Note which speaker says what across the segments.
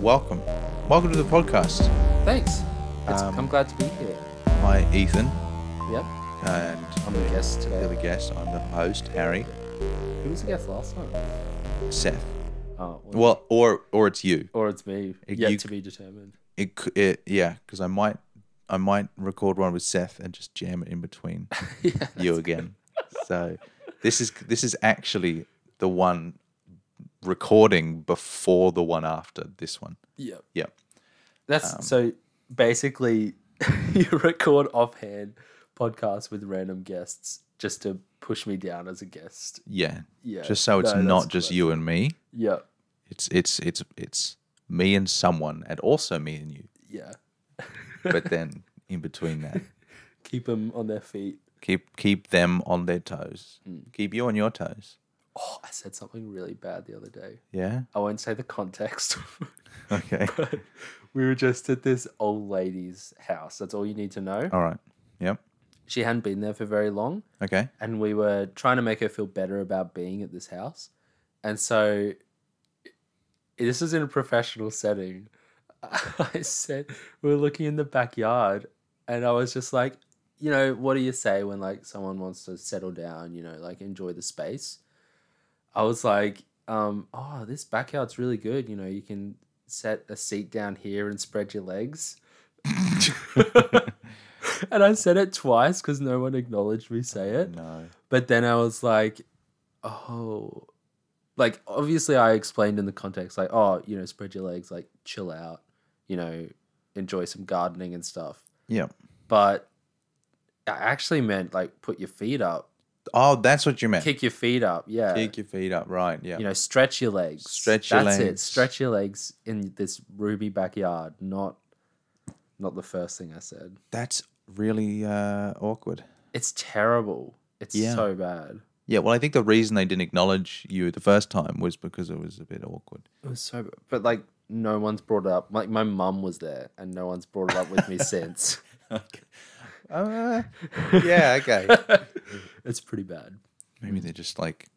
Speaker 1: welcome. Welcome to the podcast.
Speaker 2: Thanks. It's,
Speaker 1: Um,
Speaker 2: I'm glad to be here.
Speaker 1: My Ethan
Speaker 2: Yep.
Speaker 1: and
Speaker 2: I'm the guest today.
Speaker 1: the other guest. I'm the host, Harry,
Speaker 2: Who was the guest last time?
Speaker 1: Seth.
Speaker 2: Oh, well,
Speaker 1: Well, or or it's you.
Speaker 2: or it's me.
Speaker 1: It-
Speaker 2: Yet
Speaker 1: you-
Speaker 2: to be determined.
Speaker 1: It, c- it yeah, because I might I might record one with Seth and just jam it in between
Speaker 2: yeah.
Speaker 1: you again. so this is this is actually the one recording before the one after this one.
Speaker 2: Yep.
Speaker 1: Yep.
Speaker 2: That's
Speaker 1: Um,
Speaker 2: so basically you record offhand podcasts with random guests just to push me down as a guest.
Speaker 1: Yeah.
Speaker 2: Yeah.
Speaker 1: just so it's
Speaker 2: no,
Speaker 1: not
Speaker 2: that's
Speaker 1: just
Speaker 2: correct.
Speaker 1: you and me.
Speaker 2: Yep.
Speaker 1: It's it's it's it's me and someone and also me and you.
Speaker 2: Yeah.
Speaker 1: But then in between that,
Speaker 2: Keep them on their feet.
Speaker 1: keep keep them on their toes. Keep you on your toes.
Speaker 2: Oh, I said something really bad the other day.
Speaker 1: Yeah.
Speaker 2: I won't say the context.
Speaker 1: Okay.
Speaker 2: but we were just at this old lady's house. That's all you need to know.
Speaker 1: All right. Yep.
Speaker 2: She hadn't been there for very long,
Speaker 1: Okay.
Speaker 2: and we were trying to make her feel better about being at this house. And so, this is in a professional setting. I said we were looking in the backyard, and I was just like, you know, what do you say when like someone wants to settle down? You know, like enjoy the space. I was like, um, oh, this backyard's really good. You know, you can set a seat down here and spread your legs. and I said it twice because no one acknowledged me say it.
Speaker 1: No.
Speaker 2: But then I was like, oh, like obviously I explained in the context, like, oh, you know, spread your legs, like chill out, you know, enjoy some gardening and stuff.
Speaker 1: Yep.
Speaker 2: But I actually meant like put your feet up,
Speaker 1: Oh, that's what you meant. Kick,
Speaker 2: kick your feet up, yeah.
Speaker 1: your feet up. Right. Yeah.
Speaker 2: You know, stretch your legs.
Speaker 1: Stretch your
Speaker 2: That's it.
Speaker 1: legs.
Speaker 2: Stretch your legs in this ruby backyard. Not, not the first thing I said.
Speaker 1: that's really uh, awkward.
Speaker 2: It's terrible. It's
Speaker 1: Yeah.
Speaker 2: so bad.
Speaker 1: Yeah. Well, I think the reason they didn't acknowledge you the first time was because it was a bit awkward.
Speaker 2: It was so, but like no one's brought it up. Like my mum was there, and no one's brought it up with me since.
Speaker 1: okay. Uh, yeah. Okay.
Speaker 2: it's pretty bad.
Speaker 1: Maybe they're just like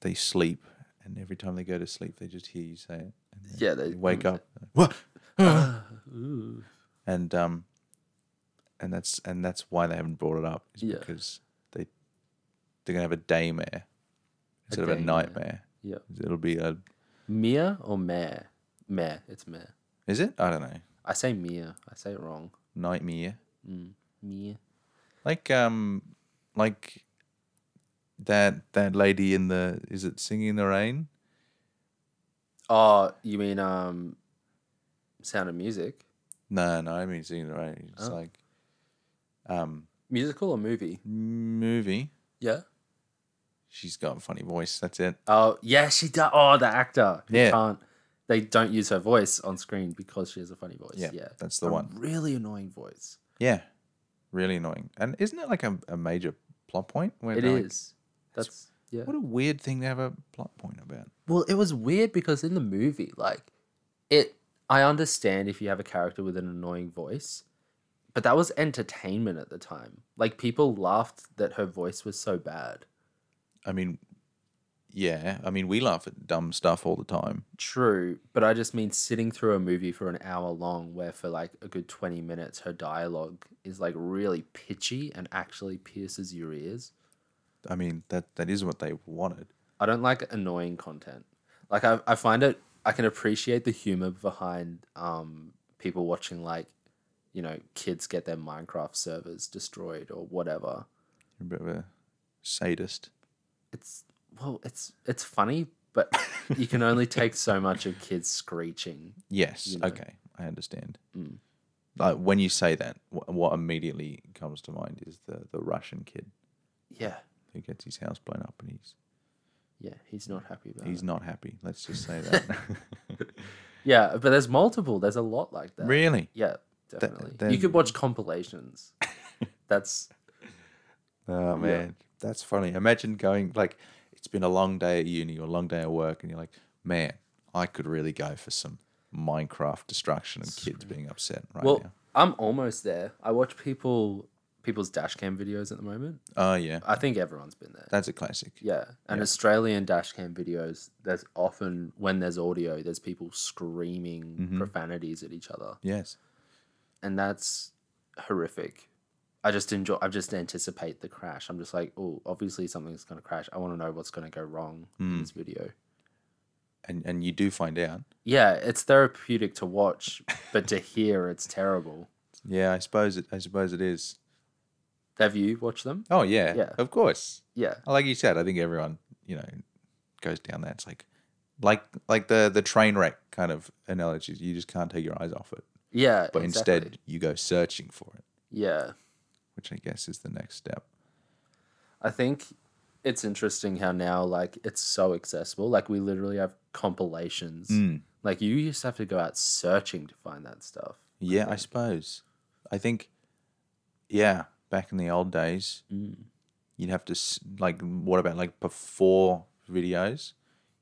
Speaker 1: they sleep, and every time they go to sleep, they just hear you say it. And then
Speaker 2: Yeah, they-
Speaker 1: wake up. What?
Speaker 2: Ooh.
Speaker 1: and um, and that's and that's why they haven't brought it up. Is
Speaker 2: Yeah.
Speaker 1: because they they're gonna have a daymare instead of a
Speaker 2: daymare.
Speaker 1: nightmare.
Speaker 2: Yeah.
Speaker 1: It'll be a.
Speaker 2: Mia or Mare? Mare. It's Mare.
Speaker 1: Is it? I don't know.
Speaker 2: I say Mia. I say it wrong. Mm.
Speaker 1: Nightmare.
Speaker 2: Mia.
Speaker 1: Like um, like that that lady in the is it singing in the rain?
Speaker 2: Oh, you mean um, Sound of Music
Speaker 1: No, no, I mean singing in the rain. It's
Speaker 2: Oh.
Speaker 1: like um
Speaker 2: musical or movie?
Speaker 1: movie.
Speaker 2: Yeah.
Speaker 1: She's got a funny voice. That's it.
Speaker 2: Oh yeah, she does. Oh, the actor. who
Speaker 1: Yeah.
Speaker 2: Can't. They don't use her voice on screen because she has a funny voice.
Speaker 1: Yeah,
Speaker 2: Yeah.
Speaker 1: that's the
Speaker 2: A
Speaker 1: one.
Speaker 2: Really annoying voice.
Speaker 1: Yeah, really annoying. And isn't it like a, a major plot point? Where
Speaker 2: It
Speaker 1: they're like,
Speaker 2: is. That's yeah.
Speaker 1: what a weird thing to have a plot point about.
Speaker 2: Well, it was weird because in the movie, like it I understand if you have a character with an annoying voice, but that was entertainment at the time. Like people laughed that her voice was so bad.
Speaker 1: I mean, yeah. I mean, we laugh at dumb stuff all the time.
Speaker 2: True, but I just mean sitting through a movie for an hour long where for like a good 20 minutes her dialogue is like really pitchy and actually pierces your ears.
Speaker 1: I mean, that that is what they wanted.
Speaker 2: I don't like annoying content. Like I, I find it I can appreciate the humor behind um people watching like, you know, kids get their Minecraft servers destroyed or whatever.
Speaker 1: You're a bit of a sadist.
Speaker 2: It's well, it's it's funny, but you can only take so much of kids screeching.
Speaker 1: Yes.
Speaker 2: You know.
Speaker 1: Okay, I understand.
Speaker 2: Mm.
Speaker 1: Like when you say that, what, what immediately comes to mind is the the Russian kid
Speaker 2: Yeah.
Speaker 1: who gets his house blown up and he's
Speaker 2: Yeah, he's not happy about
Speaker 1: he's
Speaker 2: it.
Speaker 1: not happy. Let's just say that.
Speaker 2: Yeah, but there's multiple. There's a lot like that.
Speaker 1: really?
Speaker 2: Yeah, definitely. You
Speaker 1: then-
Speaker 2: could watch compilations. That's
Speaker 1: Oh man, that's funny. Imagine going like it's been a long day at uni or a long day at work, and you're like, man, I could really go for some Minecraft destruction and kids being upset right
Speaker 2: Well,
Speaker 1: now.
Speaker 2: I'm almost there. I watch people people's dash cam videos at the moment.
Speaker 1: Oh yeah,
Speaker 2: I think everyone's been there.
Speaker 1: that's a classic.
Speaker 2: Yeah, and
Speaker 1: Yeah.
Speaker 2: Australian dash cam videos. There's often when there's audio, there's people screaming
Speaker 1: Mhm.
Speaker 2: profanities at each other,
Speaker 1: Yes.
Speaker 2: and that's horrific. I just enjoy. I just anticipate the crash. I'm just like, oh, obviously something's gonna crash. I want to know what's gonna go wrong in
Speaker 1: Mm.
Speaker 2: this video.
Speaker 1: and and you do find out.
Speaker 2: Yeah, it's therapeutic to watch, but to hear, it's terrible.
Speaker 1: Yeah, I suppose it. I suppose it is.
Speaker 2: Have you watched them?
Speaker 1: Oh yeah,
Speaker 2: Yeah.
Speaker 1: of course.
Speaker 2: Yeah,
Speaker 1: Like you said, I think everyone you know goes down that. It's like, like like the the train wreck kind of analogies. You just can't take your eyes off it,
Speaker 2: yeah.
Speaker 1: but
Speaker 2: exactly.
Speaker 1: instead you go searching for it,
Speaker 2: yeah.
Speaker 1: which I guess is the next step.
Speaker 2: I think it's interesting how now like it's so accessible. Like we literally have compilations.
Speaker 1: Mm.
Speaker 2: Like you used to have to go out searching to find that stuff.
Speaker 1: Yeah, I suppose. I think, yeah, back in the old days,
Speaker 2: Mm.
Speaker 1: you'd have to s- like what about like before videos,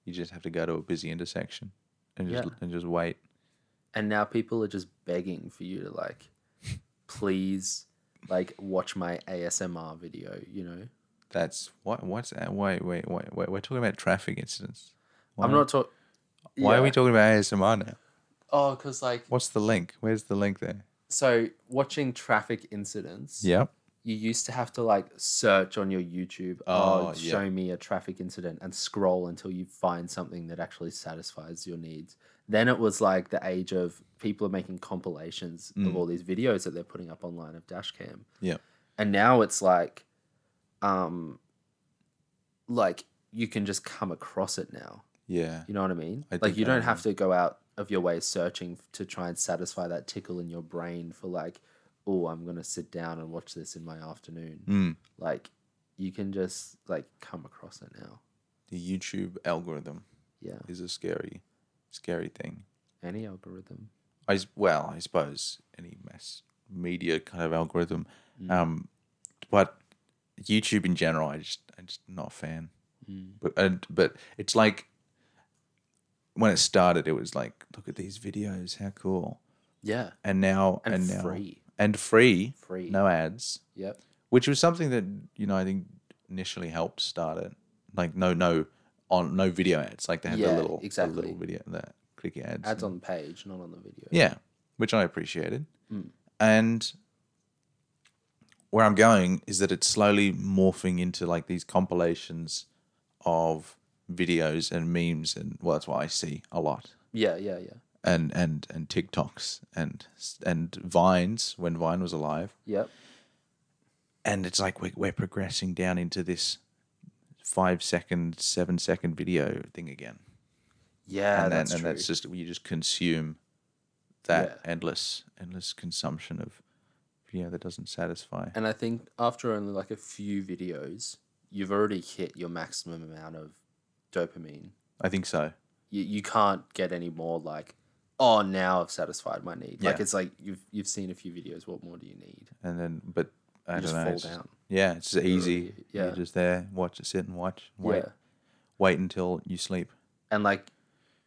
Speaker 1: you just have to go to a busy intersection and just
Speaker 2: Yeah.
Speaker 1: and just wait.
Speaker 2: And now people are just begging for you to like, please, like watch my ASMR video. You know,
Speaker 1: That's what? What's that? Wait, wait, wait, wait. We're talking about traffic incidents. Why,
Speaker 2: I'm not talking.
Speaker 1: Why are we talking about ASMR now?
Speaker 2: Oh, because like,
Speaker 1: What's the link? Where's the link there?
Speaker 2: so watching traffic incidents.
Speaker 1: Yep.
Speaker 2: you used to have to like search on your YouTube, oh,
Speaker 1: Oh, yeah.
Speaker 2: show me a traffic incident and scroll until you find something that actually satisfies your needs. Then it was like the age of people are making compilations of
Speaker 1: Mm.
Speaker 2: all these videos that they're putting up online of dashcam.
Speaker 1: Yeah.
Speaker 2: And now it's like um like you can just come across it now.
Speaker 1: Yeah.
Speaker 2: You know what I mean?
Speaker 1: I
Speaker 2: like
Speaker 1: think
Speaker 2: you
Speaker 1: I
Speaker 2: don't have to go out of your way searching f- to try and satisfy that tickle in your brain for like, oh, I'm gonna sit down and watch this in my afternoon.
Speaker 1: Mm.
Speaker 2: Like you can just like come across it now.
Speaker 1: The YouTube algorithm
Speaker 2: Yeah.
Speaker 1: is a scary, scary thing.
Speaker 2: Any algorithm.
Speaker 1: I s- well, I suppose any mass media kind of algorithm,
Speaker 2: Mm.
Speaker 1: um, but YouTube in general, I just I'm just not a fan.
Speaker 2: Mm.
Speaker 1: But and but it's like when it started, it was like, look at these videos, how cool.
Speaker 2: Yeah.
Speaker 1: And now
Speaker 2: And,
Speaker 1: and, now
Speaker 2: free.
Speaker 1: and free,
Speaker 2: Free.
Speaker 1: no ads,
Speaker 2: Yep.
Speaker 1: which was something that you know I think initially helped start it. Like no no on no video ads. Like they had
Speaker 2: Yeah,
Speaker 1: the little
Speaker 2: exactly.
Speaker 1: the little video the clicky ads. and-
Speaker 2: Ads on the page, not on the video.
Speaker 1: yeah, which I appreciated.
Speaker 2: Mm.
Speaker 1: And where I'm going is that it's slowly morphing into like these compilations of videos and memes, and well, that's what I see a lot,
Speaker 2: Yeah, yeah, yeah.
Speaker 1: and and and TikToks and and Vines when Vine was alive,
Speaker 2: Yep.
Speaker 1: and it's like we're, we're progressing down into this five second, seven second video thing again,
Speaker 2: Yeah,
Speaker 1: and,
Speaker 2: that's
Speaker 1: then, and
Speaker 2: true.
Speaker 1: that's just you just consume that
Speaker 2: Yeah.
Speaker 1: endless endless consumption of yeah that doesn't satisfy
Speaker 2: And I think after only like a few videos, you've already hit your maximum amount of dopamine.
Speaker 1: i think so
Speaker 2: You you can't get any more like, oh now I've satisfied my need. Like
Speaker 1: Yeah.
Speaker 2: it's like you've you've seen a few videos. What more do you need?
Speaker 1: and then but i
Speaker 2: You
Speaker 1: don't
Speaker 2: just
Speaker 1: know
Speaker 2: fall
Speaker 1: it's-
Speaker 2: down.
Speaker 1: yeah it's just easy
Speaker 2: Yeah.
Speaker 1: you're just there watch it sit and watch wait
Speaker 2: Yeah.
Speaker 1: wait until you sleep
Speaker 2: And like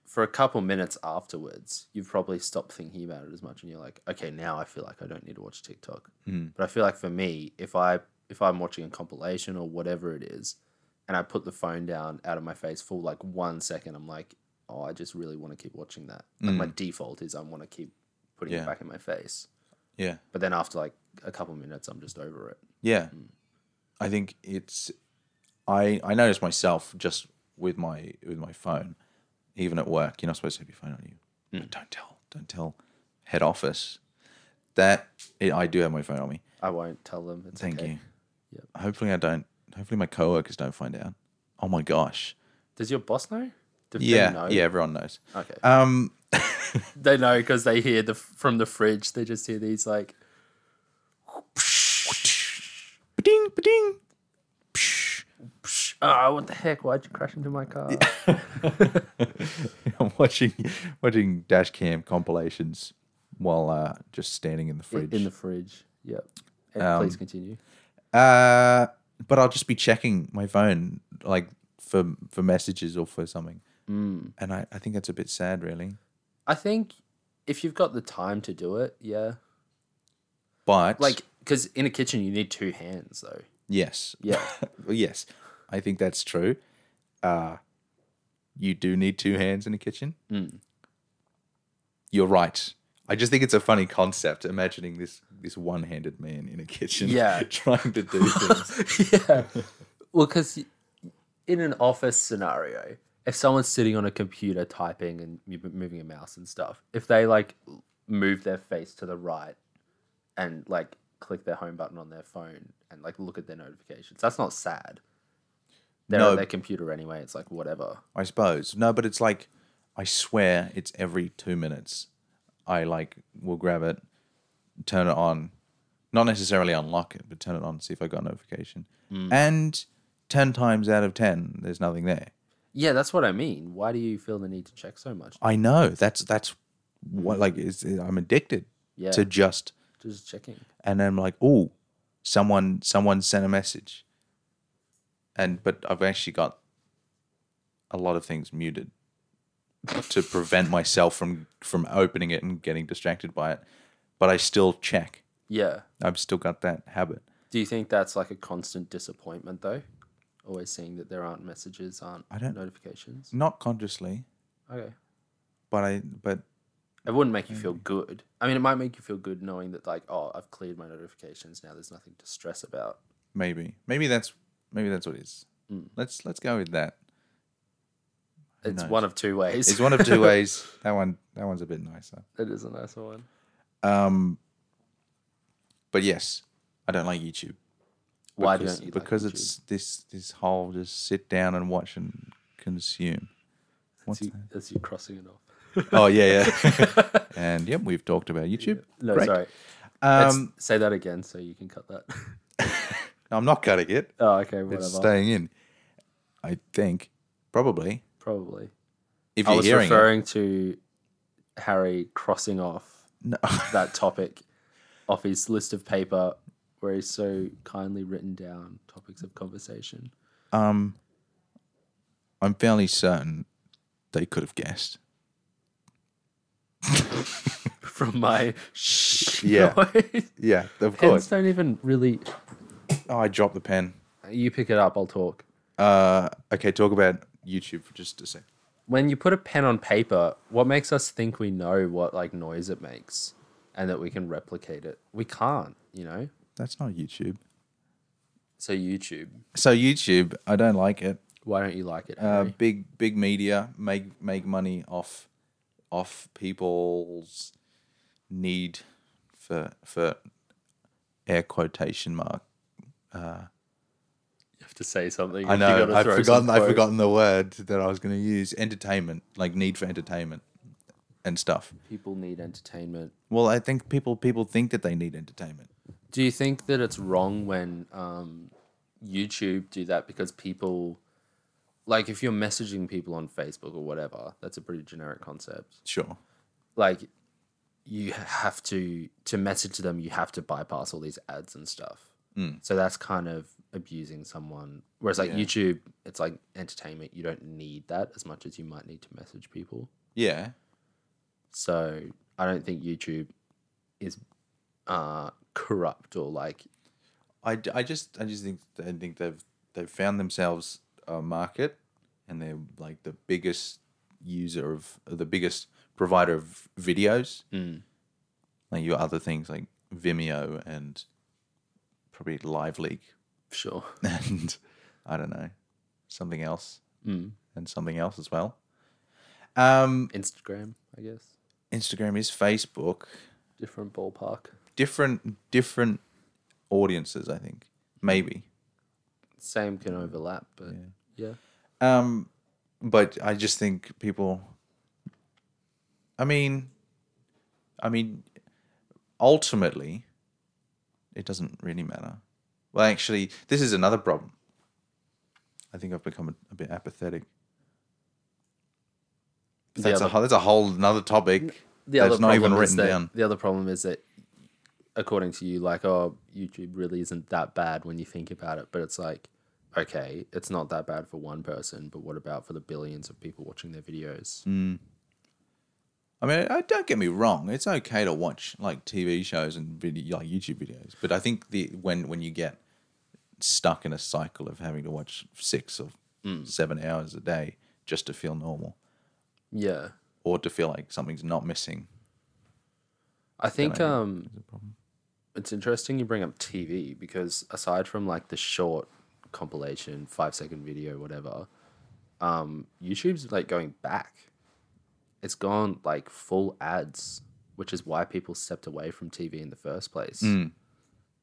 Speaker 2: for a couple minutes afterwards, you've probably stopped thinking about it as much and you're like, okay, now I feel like I don't need to watch TikTok.
Speaker 1: Mm.
Speaker 2: But I feel like for me, if I if I'm watching a compilation or whatever it is, and I put the phone down out of my face for like one second, I'm like, oh, I just really want to keep watching that. Like my default is I want to keep putting it
Speaker 1: Hmm. Yeah.
Speaker 2: back in my face.
Speaker 1: yeah
Speaker 2: But then after like a couple minutes, I'm just over it.
Speaker 1: yeah
Speaker 2: Mm.
Speaker 1: i think it's i i notice myself just with my with my phone even at work you're not supposed to have your phone on
Speaker 2: Mm.
Speaker 1: you But don't tell don't tell head office that it, i do have my phone on me
Speaker 2: I won't tell them. It's
Speaker 1: Thank
Speaker 2: okay.
Speaker 1: you.
Speaker 2: Yep.
Speaker 1: Hopefully, I don't. Hopefully, my coworkers don't find out. Oh my gosh.
Speaker 2: Does your boss know? Do they
Speaker 1: Yeah.
Speaker 2: know?
Speaker 1: Yeah. Everyone knows.
Speaker 2: Okay.
Speaker 1: Um.
Speaker 2: they know because they hear the from the fridge. They just hear these like
Speaker 1: Ding. Ding.
Speaker 2: Oh, what the heck? Why'd you crash into my car?
Speaker 1: I'm watching watching dash cam compilations while uh, just standing in the fridge.
Speaker 2: In the fridge. Yep. And
Speaker 1: Um,
Speaker 2: please continue.
Speaker 1: uh, but I'll just be checking my phone like for for messages or for something.
Speaker 2: Mm.
Speaker 1: And I, I think that's a bit sad, really.
Speaker 2: I think if you've got the time to do it, yeah.
Speaker 1: But
Speaker 2: Like because in a kitchen you need two hands though.
Speaker 1: Yes.
Speaker 2: Yeah.
Speaker 1: Well, yes. I think that's true. Uh, you do need two hands in a kitchen.
Speaker 2: Mm.
Speaker 1: You're right. I just think it's a funny concept imagining this this one-handed man in a kitchen
Speaker 2: Yeah.
Speaker 1: trying to do things.
Speaker 2: yeah. Well, because in an office scenario, if someone's sitting on a computer typing and m- moving a mouse and stuff, if they like move their face to the right and like click their home button on their phone and like look at their notifications, that's not sad. They're
Speaker 1: No.
Speaker 2: on their computer anyway. It's like whatever.
Speaker 1: I suppose. No, but it's like I swear it's every 2 minutes I like will grab it, turn it on. Not necessarily unlock it, but turn it on see if I got a notification.
Speaker 2: Mm.
Speaker 1: And 10 times out of 10 there's nothing there.
Speaker 2: Yeah, that's what I mean. Why do you feel the need to check so much?
Speaker 1: I know. That's that's what like is I'm addicted
Speaker 2: Yeah,
Speaker 1: to just
Speaker 2: just checking.
Speaker 1: and then I'm like, oh, someone someone sent a message. And but I've actually got a lot of things muted to prevent myself from from opening it and getting distracted by it. But I still check.
Speaker 2: Yeah.
Speaker 1: I've still got that habit.
Speaker 2: Do you think that's like a constant disappointment though? Always seeing that there aren't messages, aren't
Speaker 1: I don't- Mm.
Speaker 2: notifications.
Speaker 1: Not consciously,
Speaker 2: Okay.
Speaker 1: but I but
Speaker 2: It wouldn't make you feel good. I mean, it might make you feel good knowing that like, oh, I've cleared my notifications now. There's nothing to stress about.
Speaker 1: maybe. Maybe that's maybe that's what it is.
Speaker 2: Mm.
Speaker 1: Let's let's go with that. Who
Speaker 2: It's
Speaker 1: knows?
Speaker 2: one of two ways.
Speaker 1: It's one of two ways. That one that one's a bit nicer.
Speaker 2: it is a nicer one.
Speaker 1: Um, but yes, I don't like YouTube.
Speaker 2: Why
Speaker 1: because,
Speaker 2: don't you? like
Speaker 1: Because
Speaker 2: YouTube?
Speaker 1: it's this this whole just sit down and watch and consume. What's
Speaker 2: It's you, it's you crossing it off.
Speaker 1: that? Oh yeah, yeah. and yep, we've talked about YouTube.
Speaker 2: No,
Speaker 1: Great.
Speaker 2: sorry. Let's
Speaker 1: Um,
Speaker 2: say that again so you can cut that.
Speaker 1: I'm not cutting it.
Speaker 2: oh, okay, whatever.
Speaker 1: It's staying in. I think probably
Speaker 2: Probably.
Speaker 1: if
Speaker 2: I
Speaker 1: you're
Speaker 2: was
Speaker 1: hearing it.
Speaker 2: referring to Harry crossing off
Speaker 1: No.
Speaker 2: that topic off his list of paper where he's so kindly written down topics of conversation.
Speaker 1: um, I'm fairly certain they could have guessed.
Speaker 2: From my shh
Speaker 1: Yeah.
Speaker 2: noise.
Speaker 1: Yeah, of
Speaker 2: Pens don't even really.
Speaker 1: Oh, I dropped the pen.
Speaker 2: You pick it up, I'll talk.
Speaker 1: Uh, okay, talk about YouTube for just a sec.
Speaker 2: When you put a pen on paper, what makes us think we know what like noise it makes, and that we can replicate it? We can't, you know.
Speaker 1: That's not YouTube.
Speaker 2: So YouTube,
Speaker 1: So YouTube, I don't like it.
Speaker 2: why don't you like it?
Speaker 1: Uh,
Speaker 2: Harry?
Speaker 1: big big media make make money off off people's need for for air quotation mark.
Speaker 2: you have to say something.
Speaker 1: I
Speaker 2: You gotta
Speaker 1: know I've
Speaker 2: throw some
Speaker 1: forgotten I've
Speaker 2: quote.
Speaker 1: forgotten the word that I was going to use. Entertainment, like need for entertainment and stuff.
Speaker 2: People need entertainment.
Speaker 1: Well, I think people people think that they need entertainment.
Speaker 2: Do you think that it's wrong when um, YouTube do that because people, like, if you're messaging people on Facebook or whatever, that's a pretty generic concept.
Speaker 1: Sure.
Speaker 2: Like, you have to to message them. You have to bypass all these ads and stuff. So that's kind of abusing someone. Whereas like YouTube, it's like entertainment. You don't need that as much as you might need to message people.
Speaker 1: Yeah.
Speaker 2: So I don't think YouTube is uh, corrupt or like
Speaker 1: I, d- I just I just think I think they've they've found themselves a market, and they're like the biggest user of the biggest provider of videos. Like your other things like Vimeo and probably Live Leak
Speaker 2: sure.
Speaker 1: and I don't know something else
Speaker 2: Hmm.
Speaker 1: and something else as well. Um,
Speaker 2: Instagram, I guess.
Speaker 1: Instagram is Facebook,
Speaker 2: Different ballpark.
Speaker 1: different different audiences. I think maybe.
Speaker 2: Same can overlap, but yeah.
Speaker 1: Um, but I just think people. I mean, I mean, ultimately, it doesn't really matter. Well, actually, this is another problem. I think I've become a, a bit apathetic. But
Speaker 2: The
Speaker 1: That's a
Speaker 2: other-
Speaker 1: whole, that's a whole another topic
Speaker 2: The
Speaker 1: that's
Speaker 2: other
Speaker 1: not even
Speaker 2: problem is
Speaker 1: written
Speaker 2: that-
Speaker 1: down.
Speaker 2: The other problem is that, according to you, like, oh, YouTube really isn't that bad when you think about it, but it's like, okay, it's not that
Speaker 1: Mm.
Speaker 2: bad for one person, but what about for the billions of people watching their videos?
Speaker 1: I mean, I, don't get me wrong. It's okay to watch like TV shows and video, like YouTube videos, but I think the when when you get stuck in a cycle of having to watch six or seven hours a day just to feel normal
Speaker 2: Yeah.
Speaker 1: or to feel like something's not missing,
Speaker 2: I think
Speaker 1: idea.
Speaker 2: um, it's interesting you bring up TV because aside from like the short compilation, five second video, whatever, um, YouTube's like going back. It's gone like full ads, which is why people stepped away from TV in the first place. Um,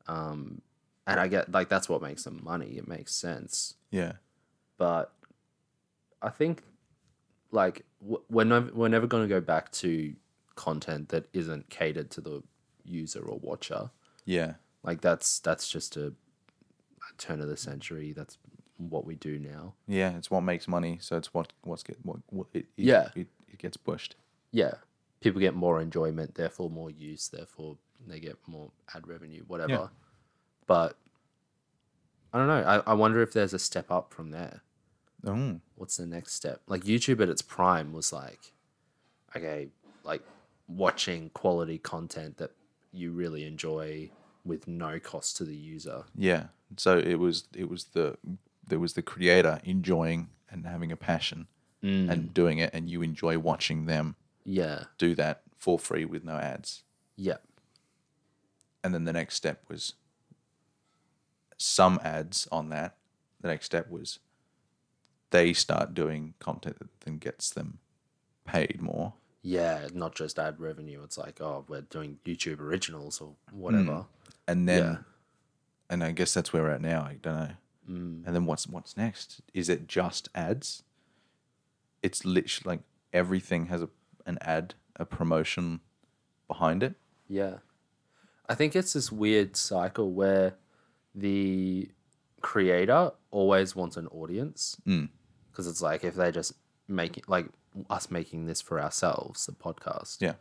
Speaker 2: and I get like that's what makes them money. It makes sense
Speaker 1: yeah,
Speaker 2: but I think like w- we're never we're never going to go back to content that isn't catered to the user or watcher.
Speaker 1: yeah,
Speaker 2: Like that's that's just a, a turn of the century. That's what we do now.
Speaker 1: yeah. It's what makes money, so it's what what's get what, what it, it-
Speaker 2: Yeah.
Speaker 1: it, it gets pushed.
Speaker 2: Yeah, people get more enjoyment, therefore more use, therefore they get more ad revenue, whatever.
Speaker 1: Yeah.
Speaker 2: But I don't know. I, I wonder if there's a step up from there.
Speaker 1: Oh,
Speaker 2: what's the next step? Like YouTube at its prime was like, okay, like watching quality content that you really enjoy with no cost to the user.
Speaker 1: yeah. So it was it was the there was the creator enjoying and having a passion and doing it, and you enjoy watching them
Speaker 2: Yeah,
Speaker 1: do that for free with no ads.
Speaker 2: yeah,
Speaker 1: And then the next step was some ads on that. The next step was they start doing content that then gets them paid more.
Speaker 2: yeah. Not just ad revenue. It's like, oh, we're doing YouTube originals or whatever.
Speaker 1: And then,
Speaker 2: Yeah.
Speaker 1: and I guess that's where we're at now. I don't know. And then what's what's next? Is it just ads? It's literally like everything has a, an ad, a promotion behind it.
Speaker 2: Yeah. I think it's this weird cycle where the creator always wants an audience
Speaker 1: Hmm.
Speaker 2: because it's like if they just make it like us making this for ourselves, the podcast,
Speaker 1: Yeah.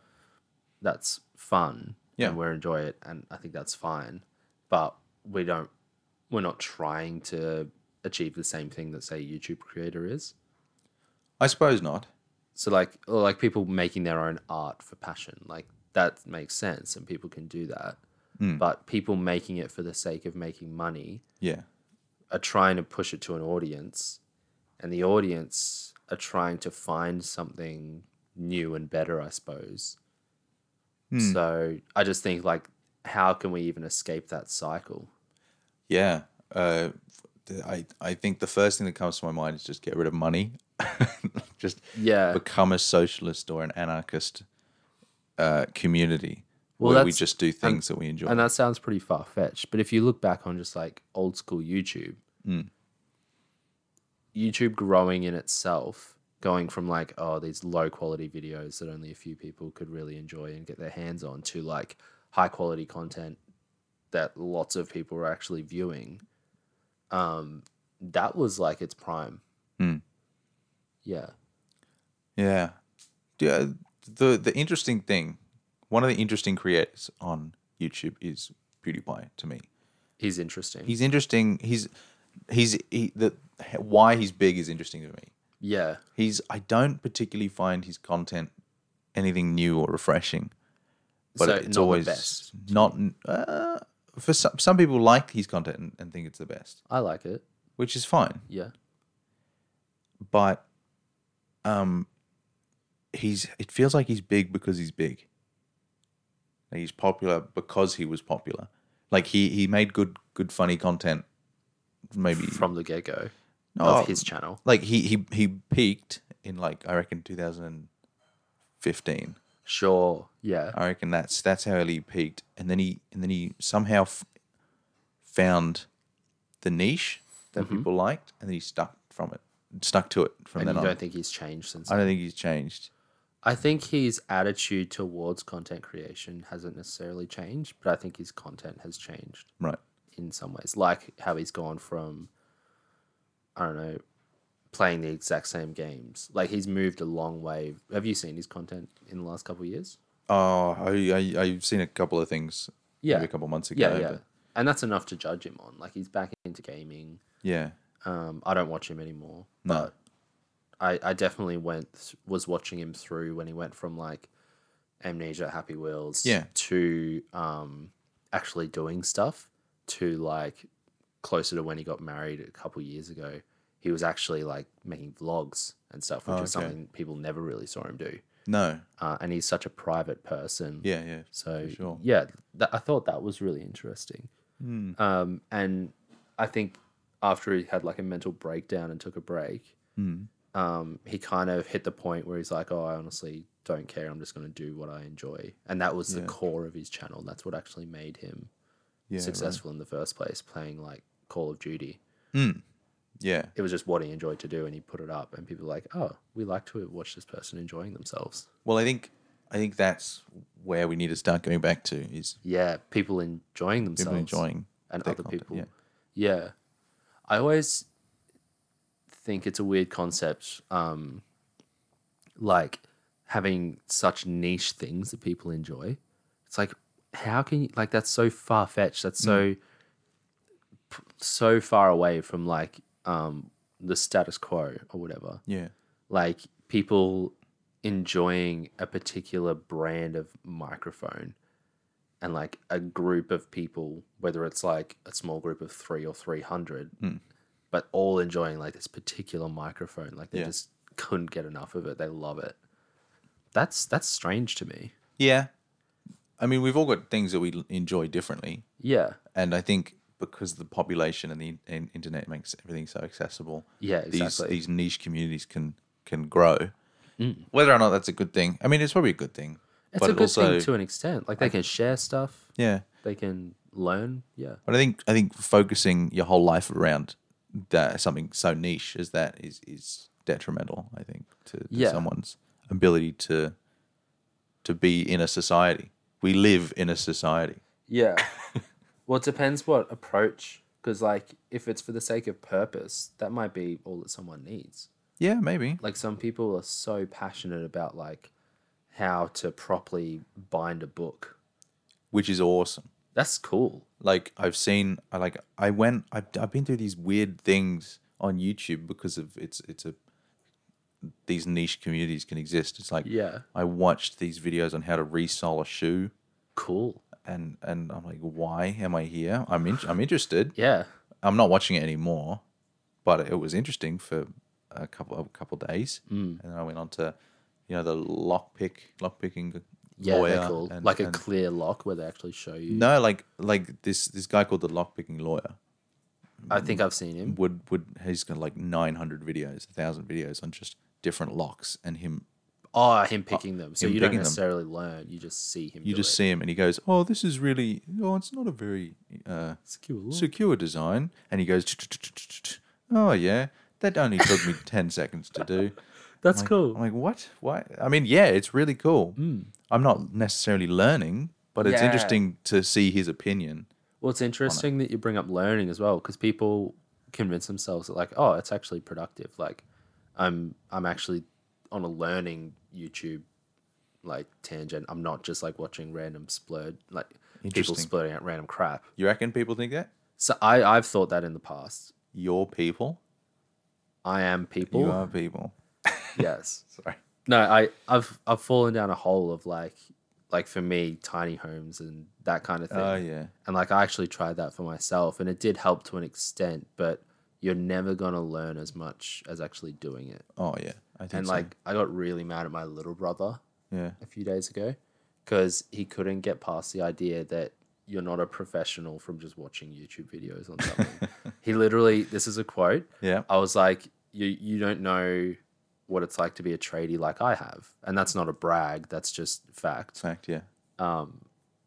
Speaker 2: that's fun
Speaker 1: Yeah.
Speaker 2: and we enjoy it and I think that's fine. But we don't we're not trying to achieve the same thing that say YouTube creator is.
Speaker 1: I suppose not.
Speaker 2: So like or like people making their own art for passion, like that makes sense and people can do that. But people making it for the sake of making money
Speaker 1: Yeah.
Speaker 2: are trying to push it to an audience and the audience are trying to find something new and better, I suppose. So I just think like how can we even escape that cycle?
Speaker 1: Yeah. Uh, the- I I think the first thing that comes to my mind is just get rid of money. just
Speaker 2: Yeah.
Speaker 1: become a socialist or an anarchist uh, community
Speaker 2: Well,
Speaker 1: where we
Speaker 2: that's-
Speaker 1: just do things that we enjoy.
Speaker 2: And that sounds pretty far fetched. But if you look back on just like old school YouTube, YouTube growing in itself, going from like, oh, these low quality videos that only a few people could really enjoy and get their hands on to like high quality content that lots of people are actually viewing. Um, that was like its prime. Yeah.
Speaker 1: Yeah. Yeah. The the interesting thing, one of the interesting creators on YouTube is PewDiePie to me.
Speaker 2: He's interesting.
Speaker 1: He's interesting. He's he's he, the why he's big is interesting to me.
Speaker 2: yeah.
Speaker 1: He's I don't particularly find his content anything new or refreshing, but
Speaker 2: So not
Speaker 1: it's
Speaker 2: the
Speaker 1: always
Speaker 2: best.
Speaker 1: not uh, for some some people like his content and, and think it's the best,
Speaker 2: I like it.
Speaker 1: which is fine.
Speaker 2: Yeah.
Speaker 1: But um, he's it feels like he's big because he's big. Like, he's popular because he was popular. Like he he made good good funny content. Maybe
Speaker 2: From the get go
Speaker 1: Oh,
Speaker 2: of his channel.
Speaker 1: like he he he peaked in like I reckon 2015.
Speaker 2: Sure. Yeah.
Speaker 1: I reckon that's that's how he peaked, and then he and then he somehow f- found the niche that people liked, and then he stuck from it, stuck to it from
Speaker 2: Mm-hmm. And
Speaker 1: then
Speaker 2: you
Speaker 1: on.
Speaker 2: don't think he's changed since
Speaker 1: I don't think he's changed.
Speaker 2: I think his attitude towards content creation hasn't necessarily changed, but I think his content has changed
Speaker 1: Right.
Speaker 2: in some ways. Like how he's gone from, I don't know, playing the exact same games. Like he's moved a long way. Have you seen his content in the last couple of years?
Speaker 1: Oh, I, I I've seen a couple of things.
Speaker 2: Yeah.
Speaker 1: Maybe a couple of months ago.
Speaker 2: Yeah, yeah.
Speaker 1: but-
Speaker 2: And that's enough to judge him on. Like he's back into gaming.
Speaker 1: yeah.
Speaker 2: Um, I don't watch him anymore.
Speaker 1: No.
Speaker 2: I, I definitely went th- was watching him through when he went from like Amnesia, Happy Wheels,
Speaker 1: Yeah.
Speaker 2: to um, actually doing stuff, to like closer to when he got married a couple years ago, he was actually like making vlogs and stuff, which
Speaker 1: Oh,
Speaker 2: is
Speaker 1: okay.
Speaker 2: something people never really saw him do.
Speaker 1: No.
Speaker 2: Uh, and he's such a private person.
Speaker 1: Yeah, yeah.
Speaker 2: So
Speaker 1: For sure.
Speaker 2: yeah, th- I thought that was really interesting.
Speaker 1: Hmm.
Speaker 2: Um, and I think after he had like a mental breakdown and took a break,
Speaker 1: Hmm.
Speaker 2: um, he kind of hit the point where he's like, "Oh, I honestly don't care. I'm just going to do what I enjoy." And that was the
Speaker 1: Yeah.
Speaker 2: core of his channel. That's what actually made him
Speaker 1: Yeah. right.
Speaker 2: successful in the first place, playing like Call of Duty.
Speaker 1: Yeah.
Speaker 2: It was just what he enjoyed to do, and he put it up, and people were like, "Oh, we like to watch this person enjoying themselves."
Speaker 1: Well, I think I think that's where we need to start going back to is
Speaker 2: Yeah, people enjoying
Speaker 1: people
Speaker 2: themselves.
Speaker 1: enjoying
Speaker 2: and
Speaker 1: their
Speaker 2: other
Speaker 1: content,
Speaker 2: people.
Speaker 1: yeah.
Speaker 2: Yeah. I always think it's a weird concept, um, like having such niche things that people enjoy. It's like, how can you, like, that's so far fetched. That's so, p- so far away from like um, the status quo or whatever.
Speaker 1: Yeah.
Speaker 2: Like, people enjoying a particular brand of microphone and like a group of people, whether it's like a small group of three or 300,
Speaker 1: Hmm.
Speaker 2: but all enjoying like this particular microphone. Like they
Speaker 1: Yeah.
Speaker 2: just couldn't get enough of it. They love it. That's that's strange to me.
Speaker 1: Yeah. I mean, we've all got things that we l- enjoy differently,
Speaker 2: Yeah.
Speaker 1: and I think because the population and the in- and internet makes everything so accessible,
Speaker 2: Yeah,
Speaker 1: these
Speaker 2: exactly. Mm.
Speaker 1: these niche communities can can grow. Whether or not that's a good thing, I mean, it's probably a good thing,
Speaker 2: it's
Speaker 1: but
Speaker 2: a
Speaker 1: it
Speaker 2: good
Speaker 1: also
Speaker 2: thing to an extent. Like they can share stuff,
Speaker 1: yeah.
Speaker 2: they can learn. Yeah.
Speaker 1: But I think I think focusing your whole life around that something so niche as that is is detrimental. I think to, to
Speaker 2: Yeah.
Speaker 1: someone's ability to to be in a society. We live in a society.
Speaker 2: Yeah. well, it depends what approach. Because, like, if it's for the sake of purpose, that might be all that someone needs.
Speaker 1: Yeah, maybe.
Speaker 2: like some people are so passionate about like how to properly bind a book
Speaker 1: Which is awesome.
Speaker 2: that's cool
Speaker 1: Like I've seen, I like I went, I've, I've been through these weird things on YouTube because of it's it's a these niche communities can exist. It's like
Speaker 2: Yeah.
Speaker 1: I watched these videos on how to resole a shoe.
Speaker 2: cool
Speaker 1: and and I'm like, why am I here? I'm in, I'm interested.
Speaker 2: yeah
Speaker 1: I'm not watching it anymore, but it was interesting for a couple a couple days,
Speaker 2: Hmm.
Speaker 1: mm. and then I went on to, you know, the lockpick lockpicking
Speaker 2: yeah
Speaker 1: lawyer,
Speaker 2: they're cool
Speaker 1: Oh, and-
Speaker 2: like a
Speaker 1: and-
Speaker 2: clear lock where they actually show you
Speaker 1: no, like like this this guy called the lockpicking lawyer Mm.
Speaker 2: i think i've seen him
Speaker 1: would would he's got like 900 videos, thousand videos on just different locks and him.
Speaker 2: oh him picking them so
Speaker 1: him
Speaker 2: you don't
Speaker 1: picking them.
Speaker 2: necessarily learn you just see him
Speaker 1: You
Speaker 2: do
Speaker 1: just
Speaker 2: it.
Speaker 1: see him and he goes, oh, this is really oh, it's not a very uh,
Speaker 2: It's cool.
Speaker 1: secure design and he goes oh yeah that only took me 10 seconds to do
Speaker 2: that's
Speaker 1: like,
Speaker 2: cool
Speaker 1: i'm like what why i mean yeah it's really cool i'm not necessarily learning but it's
Speaker 2: Hmm. Yeah.
Speaker 1: interesting to see his opinion
Speaker 2: well it's interesting that you bring up learning as well because people convince themselves that like oh it's actually productive like i'm i'm actually on a learning youtube like tangent i'm not just like watching random splurred like people
Speaker 1: Interesting.
Speaker 2: splurting out random crap
Speaker 1: you reckon people think that
Speaker 2: so i i've thought that in the past
Speaker 1: your people
Speaker 2: i am people
Speaker 1: you are people
Speaker 2: yes
Speaker 1: sorry
Speaker 2: no i i've i've fallen down a hole of like like for me tiny homes and that kind of thing
Speaker 1: oh yeah
Speaker 2: And like I actually tried that for myself and it did help to an extent, but you're never going to learn as much as actually doing it.
Speaker 1: oh yeah i think
Speaker 2: And
Speaker 1: so.
Speaker 2: like I got really mad at my little brother
Speaker 1: yeah
Speaker 2: a few days ago because he couldn't get past the idea that you're not a professional from just watching YouTube videos on something. he literally, this is a quote.
Speaker 1: yeah
Speaker 2: I was like, you, you don't know what it's like to be a tradie like I have. And that's not a brag, that's just fact.
Speaker 1: fact yeah
Speaker 2: Um,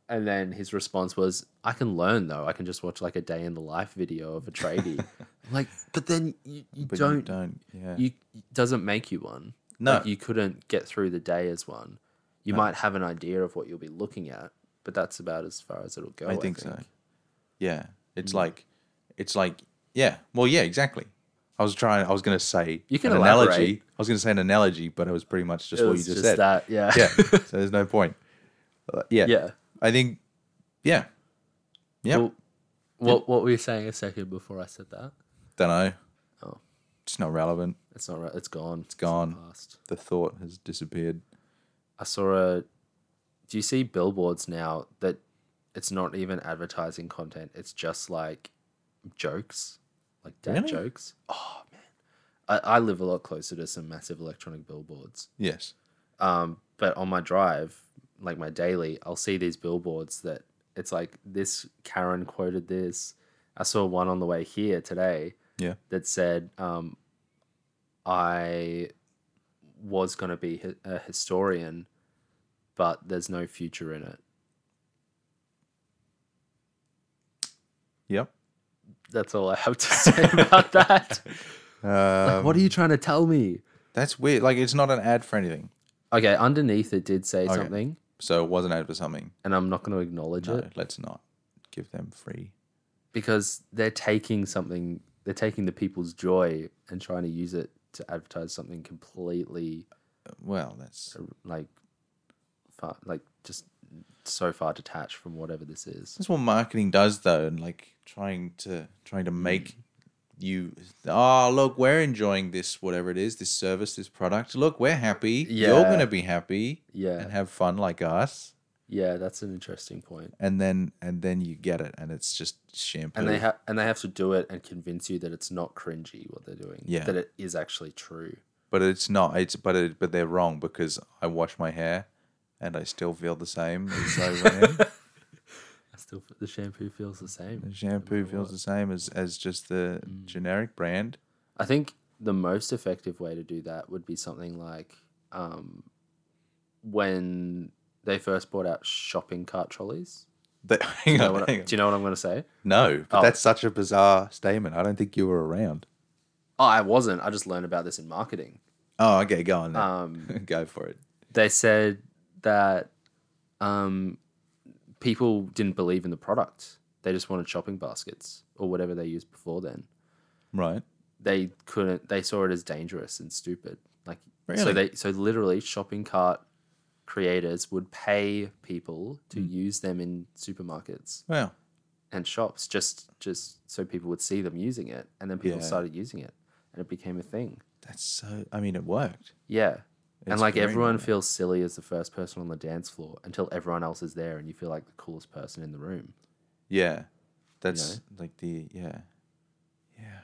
Speaker 2: and then his response was, "I can learn though. I can just watch like a day in the life video of a tradie." I'm like, but then you, you
Speaker 1: but
Speaker 2: don't.
Speaker 1: you don't yeah
Speaker 2: You it doesn't make you one.
Speaker 1: No.
Speaker 2: Like, you couldn't get through the day as one. You might have an idea of what you'll be looking at, but that's about as far as it'll go.
Speaker 1: I think so. Yeah, it's
Speaker 2: Mm.
Speaker 1: like, it's like, yeah. Well, yeah, exactly. I was trying. I was going to say
Speaker 2: You can
Speaker 1: an analogy. I
Speaker 2: elaborate.
Speaker 1: was going to say an analogy, but it was pretty much just
Speaker 2: It
Speaker 1: what you
Speaker 2: was
Speaker 1: just,
Speaker 2: just
Speaker 1: said.
Speaker 2: that. Yeah.
Speaker 1: Yeah. so there's no point. Uh, yeah.
Speaker 2: yeah.
Speaker 1: I think. Yeah. Yeah.
Speaker 2: Well, what what were you saying a second before I said that?
Speaker 1: Don't know.
Speaker 2: Oh.
Speaker 1: It's not relevant.
Speaker 2: It's not right. It's gone. It's
Speaker 1: gone.
Speaker 2: Past.
Speaker 1: The thought has disappeared.
Speaker 2: I saw a do you see billboards now that it's not even advertising content? It's just like jokes, like dad
Speaker 1: Really?
Speaker 2: jokes. Oh man, I, I live a lot closer to some massive electronic billboards.
Speaker 1: Yes.
Speaker 2: Um, but on my drive, like my daily, I'll see these billboards that it's like this Karen quoted this. I saw one on the way here today.
Speaker 1: Yeah.
Speaker 2: That said, um, I was going to be hi- a historian, but there's no future in it.
Speaker 1: Yep.
Speaker 2: That's all I have to say about that.
Speaker 1: Um,
Speaker 2: what are you trying to tell me?
Speaker 1: That's weird. Like it's not an ad for anything.
Speaker 2: Okay, underneath it did say
Speaker 1: Okay.
Speaker 2: something,
Speaker 1: So it was an ad for something.
Speaker 2: and I'm not going to acknowledge
Speaker 1: No,
Speaker 2: it
Speaker 1: let's not give them free.
Speaker 2: because they're taking something, they're taking the people's joy and trying to use it to advertise something completely
Speaker 1: Well, that's
Speaker 2: like, far, like just so far detached from whatever this is.
Speaker 1: that's what marketing does, though, and like trying to trying to make you. Oh, look, we're enjoying this, whatever it is, this service, this product. Look, we're happy. You're
Speaker 2: Yeah.
Speaker 1: gonna be happy
Speaker 2: Yeah,
Speaker 1: and have fun like us.
Speaker 2: yeah, that's an interesting point.
Speaker 1: And then and then you get it, and it's just shampoo.
Speaker 2: And they have and they have to do it and convince you that it's not cringy what they're doing.
Speaker 1: Yeah.
Speaker 2: that it is actually true.
Speaker 1: but it's not. It's but it, but they're wrong because I wash my hair, and I still feel the same as I am.
Speaker 2: I still, the shampoo feels the same.
Speaker 1: The shampoo feels the same as, as just the
Speaker 2: Mm.
Speaker 1: generic brand.
Speaker 2: I think the most effective way to do that would be something like um, when they first brought out shopping cart trolleys.
Speaker 1: But hang
Speaker 2: Do you know
Speaker 1: on,
Speaker 2: what I-
Speaker 1: hang on.
Speaker 2: do you know what I'm going to say?
Speaker 1: No, but
Speaker 2: Oh.
Speaker 1: that's such a bizarre statement. I don't think you were around.
Speaker 2: Oh, I wasn't. I just learned about this in marketing.
Speaker 1: Oh, okay, go on. Then.
Speaker 2: Um,
Speaker 1: go for it.
Speaker 2: they said that um, people didn't believe in the product. They just wanted shopping baskets or whatever they used before then.
Speaker 1: Right.
Speaker 2: They couldn't. They saw it as dangerous and stupid. Like so
Speaker 1: Really?
Speaker 2: they so literally shopping cart creators would pay people to
Speaker 1: Hmm.
Speaker 2: use them in supermarkets
Speaker 1: Wow.
Speaker 2: and shops just just so people would see them using it and then people
Speaker 1: Yeah.
Speaker 2: started using it and it became a thing.
Speaker 1: That's so. I mean, it worked.
Speaker 2: Yeah. and
Speaker 1: It's
Speaker 2: like
Speaker 1: very
Speaker 2: everyone
Speaker 1: normal.
Speaker 2: feels silly as the first person on the dance floor until everyone else is there and you feel like the coolest person in the room.
Speaker 1: Yeah. That's like the yeah, yeah.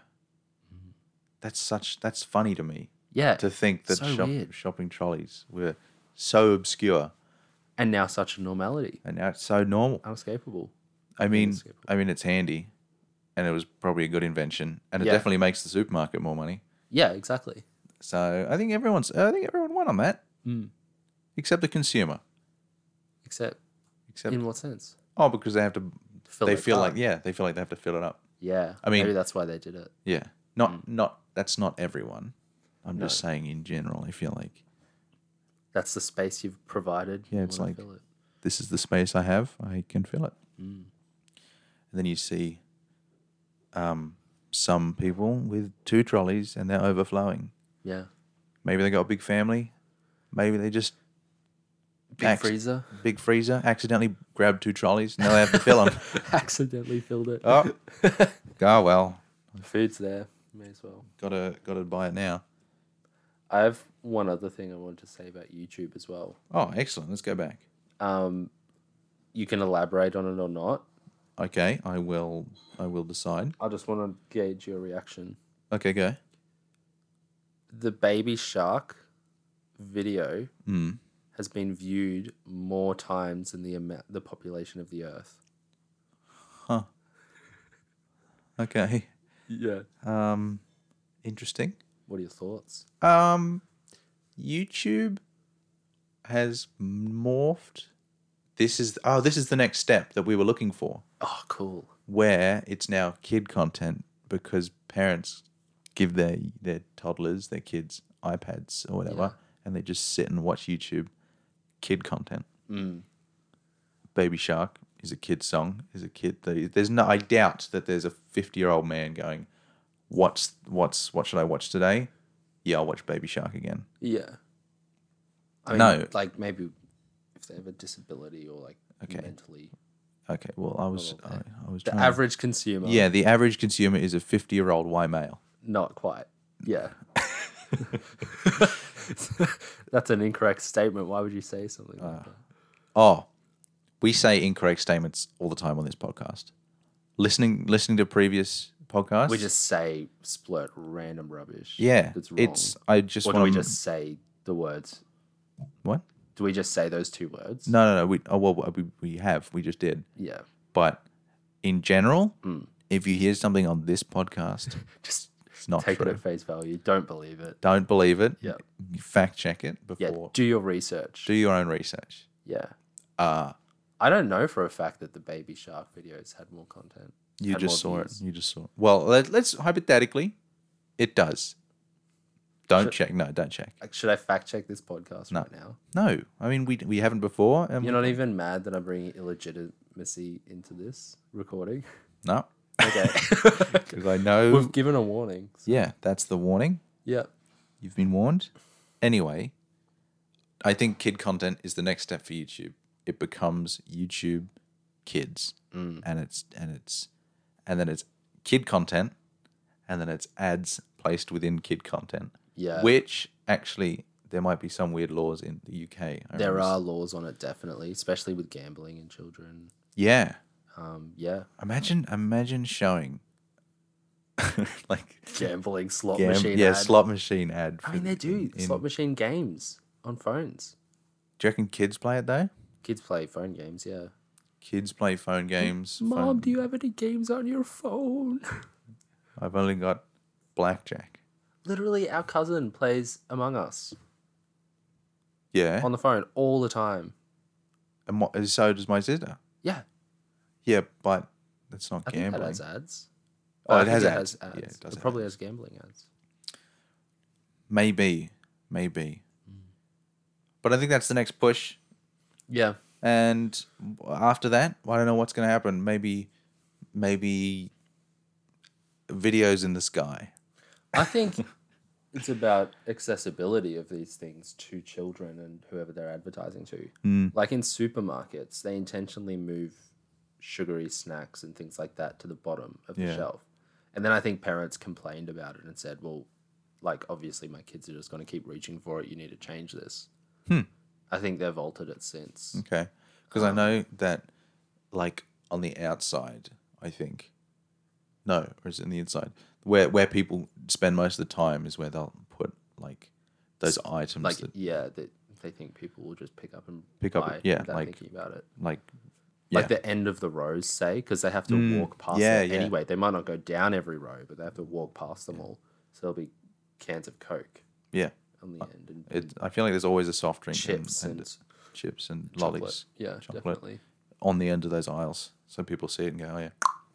Speaker 1: That's such. That's funny to me
Speaker 2: Yeah.
Speaker 1: to think that
Speaker 2: So
Speaker 1: shop,
Speaker 2: weird.
Speaker 1: shopping trolleys were so obscure
Speaker 2: and now such a normality.
Speaker 1: and now it's so normal.
Speaker 2: Unescapable.
Speaker 1: I mean,
Speaker 2: it's good.
Speaker 1: I mean, it's handy, and it was probably a good invention, and it
Speaker 2: Yeah.
Speaker 1: definitely makes the supermarket more money.
Speaker 2: Yeah, exactly.
Speaker 1: So I think everyone's, I think everyone won on that,
Speaker 2: Mm.
Speaker 1: except the consumer.
Speaker 2: Except
Speaker 1: Except
Speaker 2: in what sense?
Speaker 1: oh, because they have to,
Speaker 2: Fill
Speaker 1: they
Speaker 2: it
Speaker 1: feel
Speaker 2: up.
Speaker 1: like yeah, they feel like they have to fill it up.
Speaker 2: Yeah.
Speaker 1: I mean-
Speaker 2: maybe that's why they did it.
Speaker 1: Yeah, not not that's not everyone. I'm just saying in general. I feel like
Speaker 2: That's the space you've provided.
Speaker 1: Yeah,
Speaker 2: You
Speaker 1: it's
Speaker 2: wanna
Speaker 1: like-
Speaker 2: fill it.
Speaker 1: this is the space I have. I can fill it. And then you see, um, some people with two trolleys and they're overflowing.
Speaker 2: yeah,
Speaker 1: Maybe they got a big family. Maybe they just
Speaker 2: big
Speaker 1: Acc-
Speaker 2: freezer.
Speaker 1: big freezer, accidentally grabbed two trolleys. Now they have to fill them.
Speaker 2: Accidentally filled it.
Speaker 1: oh, oh well,
Speaker 2: Food's there. May as well.
Speaker 1: gotta gotta buy it now.
Speaker 2: I have one other thing I wanted to say about YouTube as well.
Speaker 1: Oh, excellent. Let's go back.
Speaker 2: Um, you can elaborate on it or not.
Speaker 1: Okay, I will. I will decide.
Speaker 2: I just want to gauge your reaction.
Speaker 1: Okay, go.
Speaker 2: The baby shark video
Speaker 1: Mm.
Speaker 2: has been viewed more times than the amount, the population of the Earth.
Speaker 1: Okay.
Speaker 2: Yeah.
Speaker 1: Um, interesting.
Speaker 2: What are your thoughts?
Speaker 1: Um, YouTube has morphed. This is oh, this is the next step that we were looking for,
Speaker 2: Oh, cool.
Speaker 1: where it's now kid content because parents give their their toddlers, their kids, iPads or whatever, and they just sit and watch YouTube kid content.
Speaker 2: Mm.
Speaker 1: Baby Shark is a kid song. Is a kid. That, there's no. I doubt that there's a 50 year old man going, "What's what's what should I watch today? Yeah, I'll watch Baby Shark again."
Speaker 2: Yeah. I mean,
Speaker 1: No.
Speaker 2: Like maybe if they have a disability or like
Speaker 1: Okay.
Speaker 2: mentally.
Speaker 1: Okay. Well, I was I,
Speaker 2: Probably.
Speaker 1: I was
Speaker 2: The
Speaker 1: trying.
Speaker 2: average consumer.
Speaker 1: yeah, the average consumer is a 50 year old white male.
Speaker 2: Not quite. Yeah.
Speaker 1: Ah.
Speaker 2: That's an incorrect statement. Why would you say something like that?
Speaker 1: Oh, we say incorrect statements all the time on this podcast. Listening, listening to previous podcasts,
Speaker 2: We just say splurt random rubbish.
Speaker 1: yeah,
Speaker 2: that's wrong.
Speaker 1: it's. I just
Speaker 2: or
Speaker 1: want
Speaker 2: do we
Speaker 1: to
Speaker 2: just say the words?
Speaker 1: what?
Speaker 2: Do we just say those two words?
Speaker 1: No, no, no. We oh well, we, we have we just did,
Speaker 2: Yeah.
Speaker 1: but in general,
Speaker 2: Mm.
Speaker 1: if you hear something on this podcast,
Speaker 2: Just
Speaker 1: it's not
Speaker 2: take it
Speaker 1: true.
Speaker 2: at face value. Don't believe it.
Speaker 1: Don't believe it.
Speaker 2: Yeah.
Speaker 1: fact check it
Speaker 2: Yeah.
Speaker 1: before.
Speaker 2: Do your research.
Speaker 1: Do your own research.
Speaker 2: yeah.
Speaker 1: Uh
Speaker 2: I don't know for a fact that the baby shark videos had more content.
Speaker 1: you
Speaker 2: Had
Speaker 1: just
Speaker 2: more
Speaker 1: saw
Speaker 2: views.
Speaker 1: it. You just saw it. Well, let, let's hypothetically, it does. Don't check. No, don't check.
Speaker 2: Like, should I fact check this podcast
Speaker 1: No.
Speaker 2: right now?
Speaker 1: No, I mean we we haven't before. um, And
Speaker 2: You're not even mad that I'm bringing illegitimacy into this recording.
Speaker 1: no,
Speaker 2: Okay.
Speaker 1: because I know.
Speaker 2: We've given a warning.
Speaker 1: yeah, that's the warning.
Speaker 2: Yeah.
Speaker 1: You've been warned. Anyway, I think kid content is the next step for YouTube. It becomes YouTube Kids, and it's and it's and then it's kid content, and then it's ads placed within kid content.
Speaker 2: Yeah.
Speaker 1: Which actually, there might be some weird laws in the UK. I
Speaker 2: there
Speaker 1: remember-
Speaker 2: are laws on it, definitely, especially with gambling and children.
Speaker 1: Yeah.
Speaker 2: Um, yeah.
Speaker 1: Imagine imagine showing like
Speaker 2: Gambling slot
Speaker 1: gam-
Speaker 2: machine.
Speaker 1: yeah
Speaker 2: ad.
Speaker 1: slot machine ad.
Speaker 2: I
Speaker 1: for-
Speaker 2: mean, they do
Speaker 1: in- in-
Speaker 2: slot machine games on phones.
Speaker 1: do you reckon kids play it though?
Speaker 2: Kids play phone games, yeah.
Speaker 1: Kids play phone games. phone-
Speaker 2: Mom, do you have any games on your phone?
Speaker 1: I've only got blackjack.
Speaker 2: Literally, our cousin plays Among Us
Speaker 1: Yeah.
Speaker 2: on the phone all the time.
Speaker 1: and mo- and so does my sister.
Speaker 2: Yeah,
Speaker 1: Yeah, but that's not
Speaker 2: I think that
Speaker 1: gambling.
Speaker 2: has ads.
Speaker 1: Oh,
Speaker 2: I
Speaker 1: it
Speaker 2: think
Speaker 1: has ads.
Speaker 2: ads.
Speaker 1: Yeah, it does. have
Speaker 2: probably
Speaker 1: ads.
Speaker 2: has gambling ads.
Speaker 1: Maybe. Maybe.
Speaker 2: Hmm.
Speaker 1: But I think that's the next push.
Speaker 2: Yeah,
Speaker 1: And after that, I don't know what's going to happen. Maybe, maybe videos in the sky.
Speaker 2: I think it's about accessibility of these things to children and whoever they're advertising to.
Speaker 1: Hmm.
Speaker 2: Like in supermarkets, they intentionally move sugary snacks and things like that to the bottom of the
Speaker 1: Yeah.
Speaker 2: shelf. And then I think parents complained about it and said, well, like obviously my kids are just going to keep reaching for it. You need to change this.
Speaker 1: Hmm.
Speaker 2: I think they've altered it since.
Speaker 1: Okay. Because
Speaker 2: Um,
Speaker 1: I know that, like, on the outside, I think, no, or is it in the inside? Where where people spend most of the time is where they'll put like those items
Speaker 2: Like,
Speaker 1: that
Speaker 2: yeah, they, they think people will just pick up and
Speaker 1: Pick up-
Speaker 2: buy
Speaker 1: yeah,
Speaker 2: without
Speaker 1: like-
Speaker 2: thinking about it.
Speaker 1: like
Speaker 2: like
Speaker 1: Yeah. Mm,
Speaker 2: the end of the rows, say, because they have to walk past
Speaker 1: yeah,
Speaker 2: it
Speaker 1: yeah.
Speaker 2: anyway. They might not go down every row, but they have to walk past them all. So there'll be cans of Coke
Speaker 1: Uh, yeah.
Speaker 2: on the end and
Speaker 1: It, I feel like there's always a soft drink and-
Speaker 2: chips
Speaker 1: and,
Speaker 2: and,
Speaker 1: chips and
Speaker 2: chocolate.
Speaker 1: lollies
Speaker 2: Yeah,
Speaker 1: chocolate.
Speaker 2: definitely.
Speaker 1: on the end of those aisles, so people see it and go, "Oh yeah,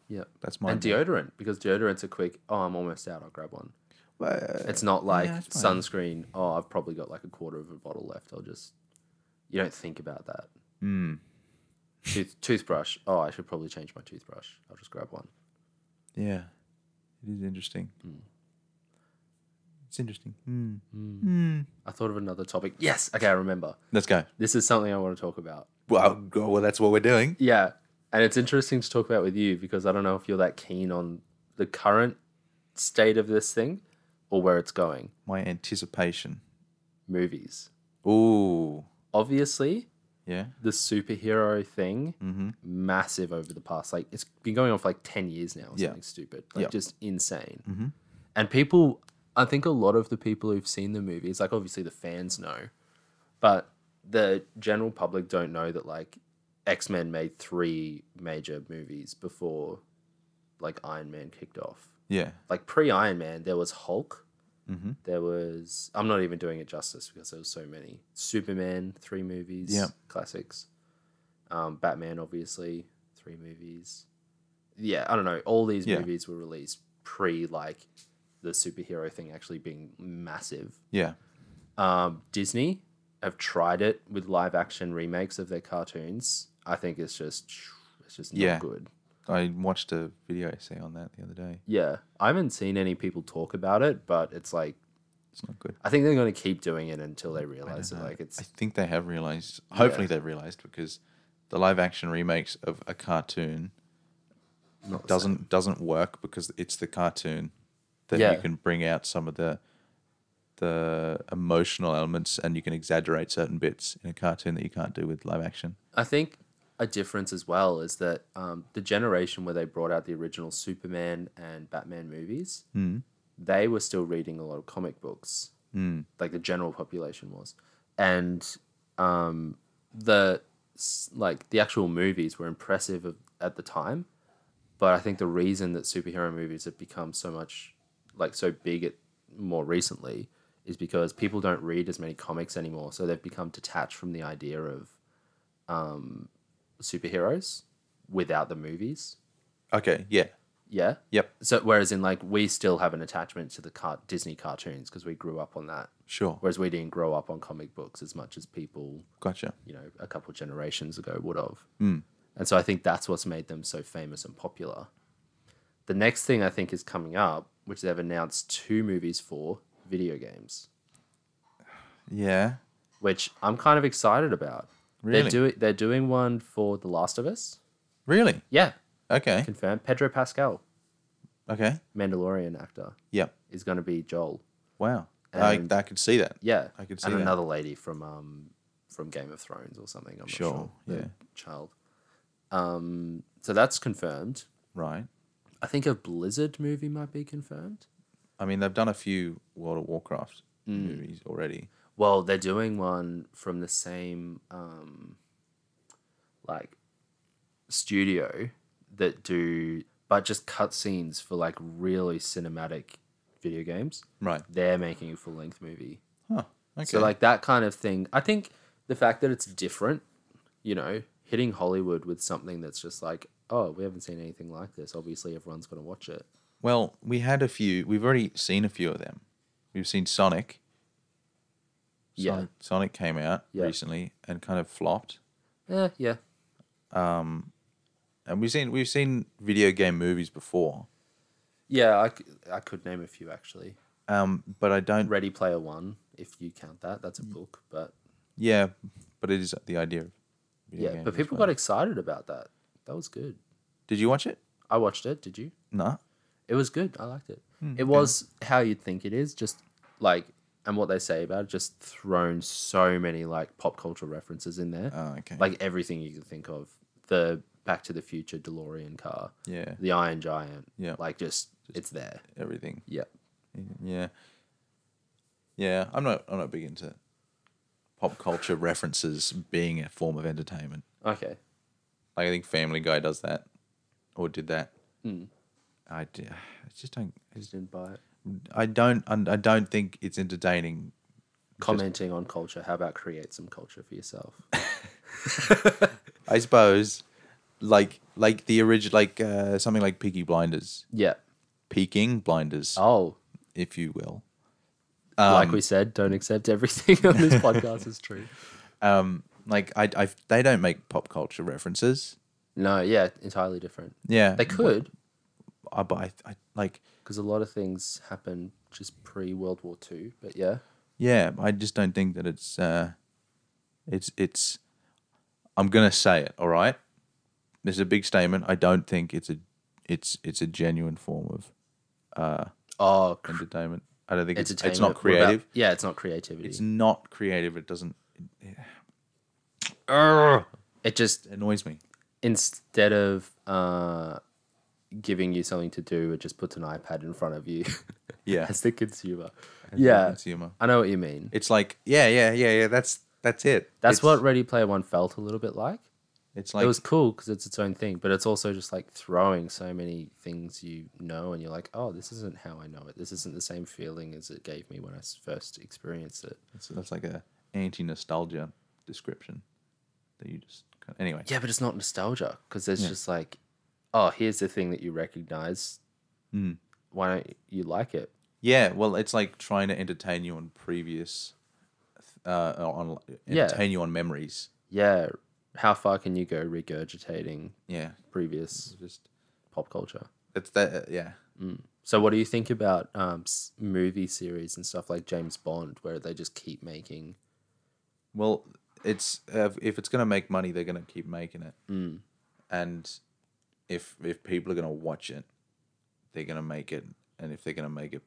Speaker 2: Yeah.
Speaker 1: that's
Speaker 2: And
Speaker 1: mine."
Speaker 2: deodorant, because deodorants are quick. Oh, I'm almost out. I'll grab one.
Speaker 1: Well,
Speaker 2: It's not like
Speaker 1: it's fine.
Speaker 2: sunscreen. Oh, I've probably got like a quarter of a bottle left. I'll just. You don't think about that. Tooth, toothbrush. Oh, I should probably change my toothbrush. I'll just grab one.
Speaker 1: yeah, it is interesting.
Speaker 2: Hmm.
Speaker 1: It's interesting. Mm.
Speaker 2: I thought of another topic. Yes. Okay, I remember.
Speaker 1: Let's go.
Speaker 2: This is something I want to talk about.
Speaker 1: Well, go- well, that's what we're doing.
Speaker 2: Yeah. And it's interesting to talk about with you because I don't know if you're that keen on the current state of this thing or where it's going.
Speaker 1: my anticipation.
Speaker 2: Movies.
Speaker 1: Ooh,
Speaker 2: Obviously,
Speaker 1: yeah.
Speaker 2: the superhero thing,
Speaker 1: Mm-hmm.
Speaker 2: massive over the past, like it's been going on for like 10 years now or
Speaker 1: Yeah.
Speaker 2: something stupid. Like
Speaker 1: Yeah.
Speaker 2: just insane.
Speaker 1: Mhm.
Speaker 2: And people, I think a lot of the people who've seen the movies, like obviously the fans know, but the general public don't know that like X Men made three major movies before like Iron Man kicked off.
Speaker 1: Yeah.
Speaker 2: Like pre Iron Man, there was Hulk.
Speaker 1: Mhm.
Speaker 2: There was I'm not even doing it justice because there was so many Superman three movies,
Speaker 1: Yeah.
Speaker 2: classics. Um, Batman obviously three movies. Yeah, I don't know. All these
Speaker 1: Yeah.
Speaker 2: movies were released pre like the superhero thing actually being massive.
Speaker 1: Yeah.
Speaker 2: Um, Disney have tried it with live action remakes of their cartoons. I think it's just it's just not
Speaker 1: Yeah.
Speaker 2: good.
Speaker 1: I watched a video essay on that the other day.
Speaker 2: Yeah, I haven't seen any people talk about it, but it's like
Speaker 1: It's not good.
Speaker 2: I think they're going to keep doing it until they realize that like
Speaker 1: I
Speaker 2: it's
Speaker 1: think they have realized. Hopefully, they've realized because the live action remakes of a cartoon
Speaker 2: not the
Speaker 1: doesn't doesn't work because it's the cartoon. Then
Speaker 2: Yeah.
Speaker 1: you can bring out some of the the emotional elements and you can exaggerate certain bits in a cartoon that you can't do with live action.
Speaker 2: I think a difference as well is that um, the generation where they brought out the original Superman and Batman movies, they were still reading a lot of comic books, like the general population was, and um, the s- like the actual movies were impressive of, at the time, but I think the reason that superhero movies have become so much like so big at, more recently is because people don't read as many comics anymore, so they've become detached from the idea of superheroes without the movies.
Speaker 1: Okay, yeah.
Speaker 2: Yeah.
Speaker 1: Yep,
Speaker 2: So whereas in like we still have an attachment to the car- Disney cartoons because we grew up on that,
Speaker 1: sure.
Speaker 2: whereas we didn't grow up on comic books as much as people
Speaker 1: Gotcha.
Speaker 2: you know a couple generations ago would have. And so I think that's what's made them so famous and popular. The next thing I think is coming up, which they've announced two movies for video games,
Speaker 1: Yeah.
Speaker 2: which I'm kind of excited about.
Speaker 1: Really?
Speaker 2: They're doing they're doing one for The Last of Us.
Speaker 1: Really?
Speaker 2: Yeah,
Speaker 1: Okay.
Speaker 2: confirmed. Pedro Pascal,
Speaker 1: Okay.
Speaker 2: Mandalorian actor.
Speaker 1: Yep.
Speaker 2: is going to be Joel.
Speaker 1: Wow. I,
Speaker 2: And-
Speaker 1: I could see that.
Speaker 2: Yeah,
Speaker 1: I could see
Speaker 2: and
Speaker 1: that.
Speaker 2: another lady from um from Game of Thrones or something. I'm
Speaker 1: Sure,
Speaker 2: not sure. The
Speaker 1: yeah.
Speaker 2: child. Um, so that's confirmed.
Speaker 1: Right.
Speaker 2: I think a Blizzard movie might be confirmed.
Speaker 1: I mean, they've done a few World of Warcraft
Speaker 2: Mm.
Speaker 1: movies already.
Speaker 2: Well, they're doing one from the same um like studio that do but just cutscenes for like really cinematic video games.
Speaker 1: Right.
Speaker 2: They're making a full length movie.
Speaker 1: Huh. Okay.
Speaker 2: So like that kind of thing. I think the fact that it's different, you know, hitting Hollywood with something that's just like, oh, we haven't seen anything like this. Obviously, everyone's going to watch it.
Speaker 1: well, we had a few. We've already seen a few of them. We've seen Sonic.
Speaker 2: Yeah.
Speaker 1: Sonic, Sonic came out
Speaker 2: Yeah.
Speaker 1: recently and kind of flopped.
Speaker 2: Yeah, Eh, yeah,
Speaker 1: And we've seen we've seen video game movies before.
Speaker 2: yeah. I, c- I could name a few actually.
Speaker 1: Um, but I don't.
Speaker 2: Ready Player One, if you count that, that's a book, but
Speaker 1: Yeah, but it is the idea of. Video
Speaker 2: yeah.
Speaker 1: games
Speaker 2: but
Speaker 1: as
Speaker 2: people
Speaker 1: well.
Speaker 2: got excited about that. That was good.
Speaker 1: Did you watch it?
Speaker 2: I watched it. Did you?
Speaker 1: Nah.
Speaker 2: It was good. I liked it. it was how you'd think it is, just like and what they say about it, just thrown so many like pop culture references in there.
Speaker 1: Oh, okay.
Speaker 2: like everything you can think of. The Back to the Future DeLorean car,
Speaker 1: yeah,
Speaker 2: the Iron Giant,
Speaker 1: Yeah.
Speaker 2: like just it's there.
Speaker 1: everything.
Speaker 2: Yeah,
Speaker 1: Yeah. Yeah, I'm not. I'm not big into pop culture references being a form of entertainment.
Speaker 2: okay,
Speaker 1: Like I think Family Guy does that, or did that. I, d- I just don't. I just-
Speaker 2: just didn't buy it.
Speaker 1: I don't. un- I don't think it's entertaining.
Speaker 2: Commenting on culture, how about create some culture for yourself?
Speaker 1: I suppose, like like the original, like uh, something like Peaky Blinders,
Speaker 2: yeah.
Speaker 1: Peaking Blinders,
Speaker 2: Oh,
Speaker 1: if you will.
Speaker 2: like
Speaker 1: Um,
Speaker 2: we said, don't accept everything on this podcast is true.
Speaker 1: Like I, I, they don't make pop culture references.
Speaker 2: No, yeah, entirely different.
Speaker 1: Yeah,
Speaker 2: They could,
Speaker 1: I, but I, I like.
Speaker 2: because a lot of things happen just pre World War Two. But yeah,
Speaker 1: yeah, I just don't think that it's uh, it's it's. I'm gonna say it. All right, this is a big statement. I don't think it's a it's it's a genuine form of
Speaker 2: oh, cr-
Speaker 1: entertainment. I don't think it's
Speaker 2: entertainment.
Speaker 1: it's not
Speaker 2: what about-
Speaker 1: creative.
Speaker 2: yeah, it's not creativity.
Speaker 1: It's not creative. It doesn't.
Speaker 2: it just
Speaker 1: It annoys me.
Speaker 2: instead of uh, giving you something to do, it just puts an iPad in front of you
Speaker 1: Yeah,
Speaker 2: as the consumer.
Speaker 1: a
Speaker 2: yeah,
Speaker 1: consumer.
Speaker 2: I know what you mean.
Speaker 1: It's like yeah, yeah, yeah, yeah. That's that's it.
Speaker 2: That's
Speaker 1: It's-
Speaker 2: what Ready Player One felt a little bit like.
Speaker 1: it's like.
Speaker 2: it was cool because it's its own thing, but it's also just like throwing so many things you know, and you're like, oh, this isn't how I know it. This isn't the same feeling as it gave me when I s- first experienced it.
Speaker 1: it's, that's like a anti-nostalgia description that you just anyway.
Speaker 2: Yeah, but it's not nostalgia because there's just like, oh, here's the thing that you recognize.
Speaker 1: Mm.
Speaker 2: Why don't you like it?
Speaker 1: Yeah, well, it's like trying to entertain you on previous, uh, on
Speaker 2: Yeah.
Speaker 1: entertain you on memories.
Speaker 2: Yeah, how far can you go regurgitating
Speaker 1: Yeah,
Speaker 2: previous
Speaker 1: just
Speaker 2: pop culture.
Speaker 1: it's that. uh, Yeah,
Speaker 2: So, what do you think about um, s- movie series and stuff like James Bond, where they just keep making?
Speaker 1: well, it's uh, if it's gonna make money, they're gonna keep making it,
Speaker 2: Mm.
Speaker 1: and if if people are gonna watch it, they're gonna make it, and if they're gonna make it,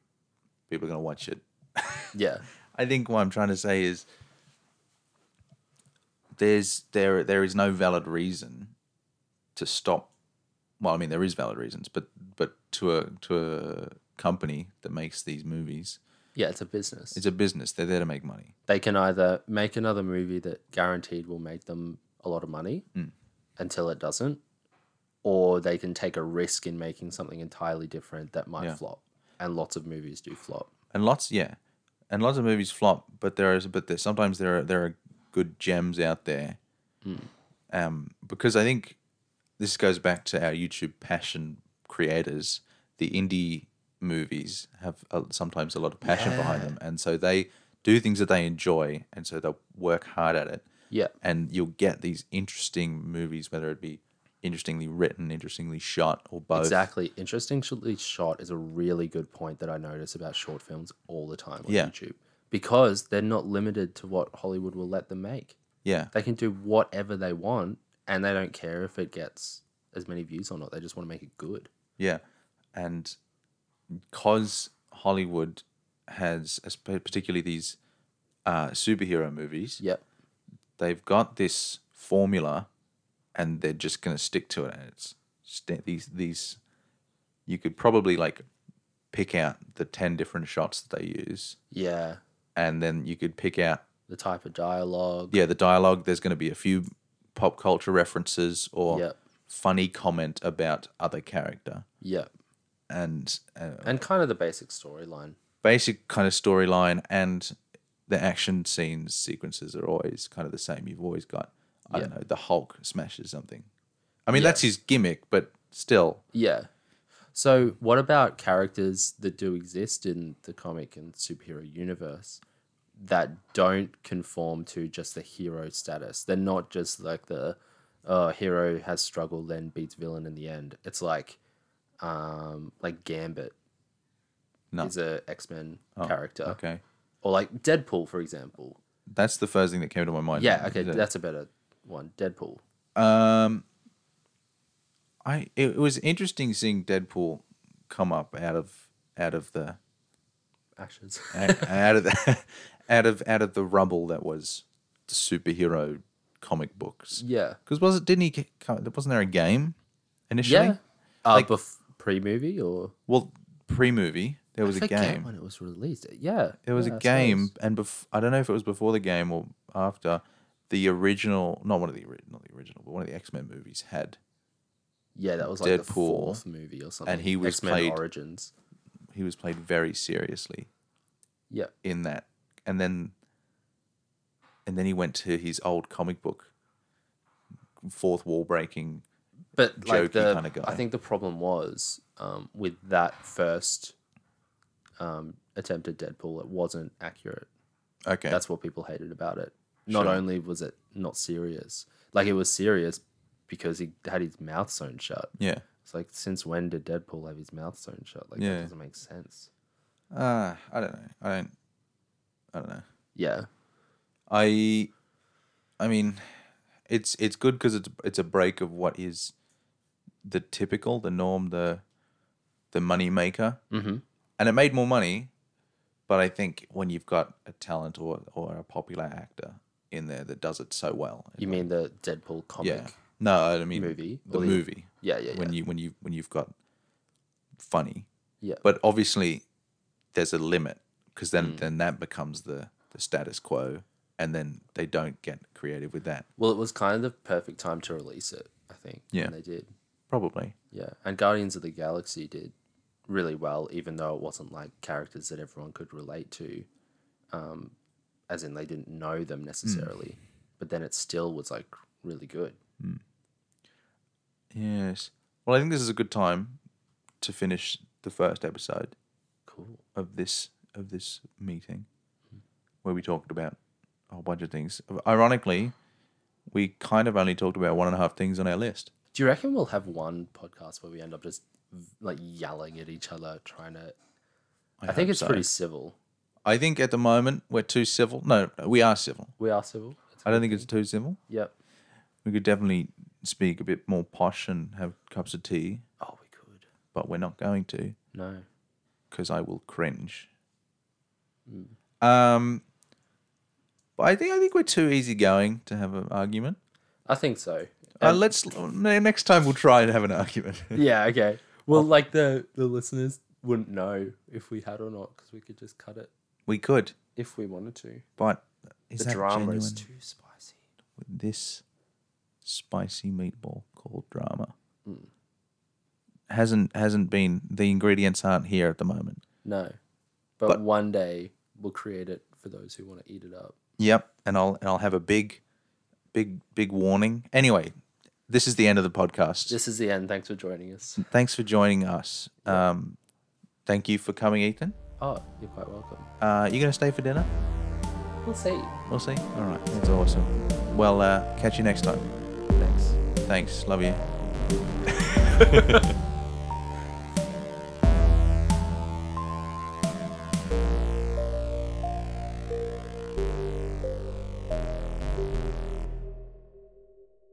Speaker 1: people are gonna watch it
Speaker 2: Yeah.
Speaker 1: I think what I'm trying to say is there's there there is no valid reason to stop. Well, I mean there is valid reasons, but but to a to a company that makes these movies,
Speaker 2: Yeah, it's a business.
Speaker 1: it's a business. They're there to make money.
Speaker 2: they can either make another movie that guaranteed will make them a lot of money until it doesn't, or they can take a risk in making something entirely different that might
Speaker 1: Yeah.
Speaker 2: flop. And lots of movies do flop.
Speaker 1: and lots yeah and lots of movies flop but there is but there sometimes there are there are good gems out there um because i think this goes back to our youtube passion creators the indie movies have uh, sometimes a lot of passion behind them and so they do things that they enjoy and so they'll work hard at it
Speaker 2: Yeah.
Speaker 1: and you'll get these interesting movies whether it be interestingly written interestingly shot or both
Speaker 2: Exactly. Interestingly shot is a really good point that I notice about short films all the time on
Speaker 1: Yeah.
Speaker 2: YouTube because they're not limited to what Hollywood will let them make.
Speaker 1: yeah
Speaker 2: They can do whatever they want and they don't care if it gets as many views or not. They just want to make it good.
Speaker 1: Yeah, and because Hollywood has, as- particularly these uh, superhero movies,
Speaker 2: Yep.
Speaker 1: they've got this formula, and they're just going to stick to it. And it's st- these these you could probably like pick out the ten different shots that they use,
Speaker 2: Yeah.
Speaker 1: and then you could pick out
Speaker 2: The type of dialogue.
Speaker 1: yeah the dialogue. There's going to be a few pop culture references or
Speaker 2: Yep.
Speaker 1: funny comment about other character,
Speaker 2: Yep.
Speaker 1: and uh,
Speaker 2: And kind of the basic storyline.
Speaker 1: basic kind of storyline and the action scenes sequences are always kind of the same. You've always got I don't know the Hulk smashes something. I mean that's his gimmick, but still,
Speaker 2: Yeah. So, what about characters that do exist in the comic and superhero universe that don't conform to just the hero status? They're not just like the uh, hero has struggled, then beats villain in the end. It's like, um, like Gambit
Speaker 1: No. Oh,
Speaker 2: is a X Men character,
Speaker 1: okay.
Speaker 2: or like Deadpool, for example.
Speaker 1: That's the first thing that came to my mind.
Speaker 2: Yeah, okay,
Speaker 1: Is it-
Speaker 2: that's a better one. Deadpool.
Speaker 1: Um, I it was interesting seeing Deadpool come up out of out of the
Speaker 2: Actions.
Speaker 1: out of the out of out of the rumble that was the superhero comic books.
Speaker 2: yeah.
Speaker 1: Because was it didn't he get- wasn't there a game initially?
Speaker 2: Yeah. Uh, bef- pre movie or
Speaker 1: Well, pre movie, there was
Speaker 2: I
Speaker 1: a
Speaker 2: forget
Speaker 1: game.
Speaker 2: when it was released. Yeah,
Speaker 1: There was
Speaker 2: yeah,
Speaker 1: a
Speaker 2: I
Speaker 1: game,
Speaker 2: suppose.
Speaker 1: and bef- I don't know if it was before the game or after. The original, not one of the ori- not the original, but one of the X Men movies had.
Speaker 2: Yeah, that was like the
Speaker 1: Deadpool,
Speaker 2: fourth movie or something.
Speaker 1: he was
Speaker 2: X-Men
Speaker 1: played-
Speaker 2: Origins.
Speaker 1: He was played very seriously
Speaker 2: Yeah,
Speaker 1: in that, and then, and then he went to his old comic book. Fourth wall breaking.
Speaker 2: but like
Speaker 1: Jokey
Speaker 2: the
Speaker 1: kinda guy.
Speaker 2: I think the problem was um, with that first um, attempt at Deadpool, it wasn't accurate.
Speaker 1: Okay,
Speaker 2: That's what people hated about it. Not
Speaker 1: Sure.
Speaker 2: only was it not serious, like it was serious because he had his mouth sewn shut.
Speaker 1: yeah.
Speaker 2: It's like since when did Deadpool have his mouth sewn shut? Like
Speaker 1: Yeah.
Speaker 2: that doesn't make sense.
Speaker 1: Uh, I don't know. I don't. I don't know.
Speaker 2: Yeah,
Speaker 1: I, I mean, it's it's good because it's it's a break of what is the typical, the norm, the the money maker, mm-hmm. and it made more money. But I think when you've got a talent or or a popular actor in there that does it so well,
Speaker 2: you mean the Deadpool comic?
Speaker 1: yeah. No, I mean
Speaker 2: Movie
Speaker 1: the
Speaker 2: or the-
Speaker 1: movie.
Speaker 2: Yeah, yeah,
Speaker 1: When you when you when you've got funny,
Speaker 2: Yeah.
Speaker 1: but obviously there's a limit because then
Speaker 2: Mm.
Speaker 1: then that becomes the the status quo, and then they don't get creative with that.
Speaker 2: Well, it was kind of the perfect time to release it, I think.
Speaker 1: Yeah.
Speaker 2: And they did.
Speaker 1: Probably.
Speaker 2: Yeah. And Guardians of the Galaxy did really well, even though it wasn't like characters that everyone could relate to, um, as in they didn't know them necessarily. But then it still was like really good.
Speaker 1: Yes. Well, I think this is a good time to finish the first episode
Speaker 2: Cool.
Speaker 1: of this of this meeting where we talked about a whole bunch of things. Ironically, we kind of only talked about one and a half things on our list.
Speaker 2: Do you reckon we'll have one podcast where we end up just like yelling at each other, trying to? I, think
Speaker 1: hope
Speaker 2: it's
Speaker 1: so.
Speaker 2: pretty civil.
Speaker 1: I think at the moment we're too civil. No, no, we are civil.
Speaker 2: We are civil. It's,
Speaker 1: I don't think it's too civil.
Speaker 2: yep.
Speaker 1: We could definitely speak a bit more posh and have cups of tea,
Speaker 2: Oh, we could.
Speaker 1: but we're not going to
Speaker 2: No.
Speaker 1: because I will cringe. Um, but I think I think we're too easygoing to have an argument.
Speaker 2: I think so.
Speaker 1: Uh, let's ne- next time we'll try and have an argument.
Speaker 2: Yeah, okay. Oh. Well, like the the listeners wouldn't know if we had or not because we could just cut it
Speaker 1: we could,
Speaker 2: if we wanted to.
Speaker 1: but is
Speaker 2: the
Speaker 1: that
Speaker 2: drama
Speaker 1: genuine
Speaker 2: is too spicy.
Speaker 1: with this spicy meatball called drama? Hasn't hasn't been the ingredients aren't here at the moment.
Speaker 2: No, but,
Speaker 1: But-
Speaker 2: one day we'll create it for those who want to eat it up.
Speaker 1: Yep, and I'll and I'll have a big, big big warning. Anyway, this is the end of the podcast.
Speaker 2: This is the end. Thanks for joining us.
Speaker 1: Thanks for joining us. Um, thank you for coming, Ethan.
Speaker 2: Oh, you're quite welcome.
Speaker 1: Uh, you gonna stay for dinner?
Speaker 2: We'll see.
Speaker 1: We'll see. All right, that's awesome. Well, uh, catch you next time.
Speaker 2: Thanks.
Speaker 1: Thanks. Love you.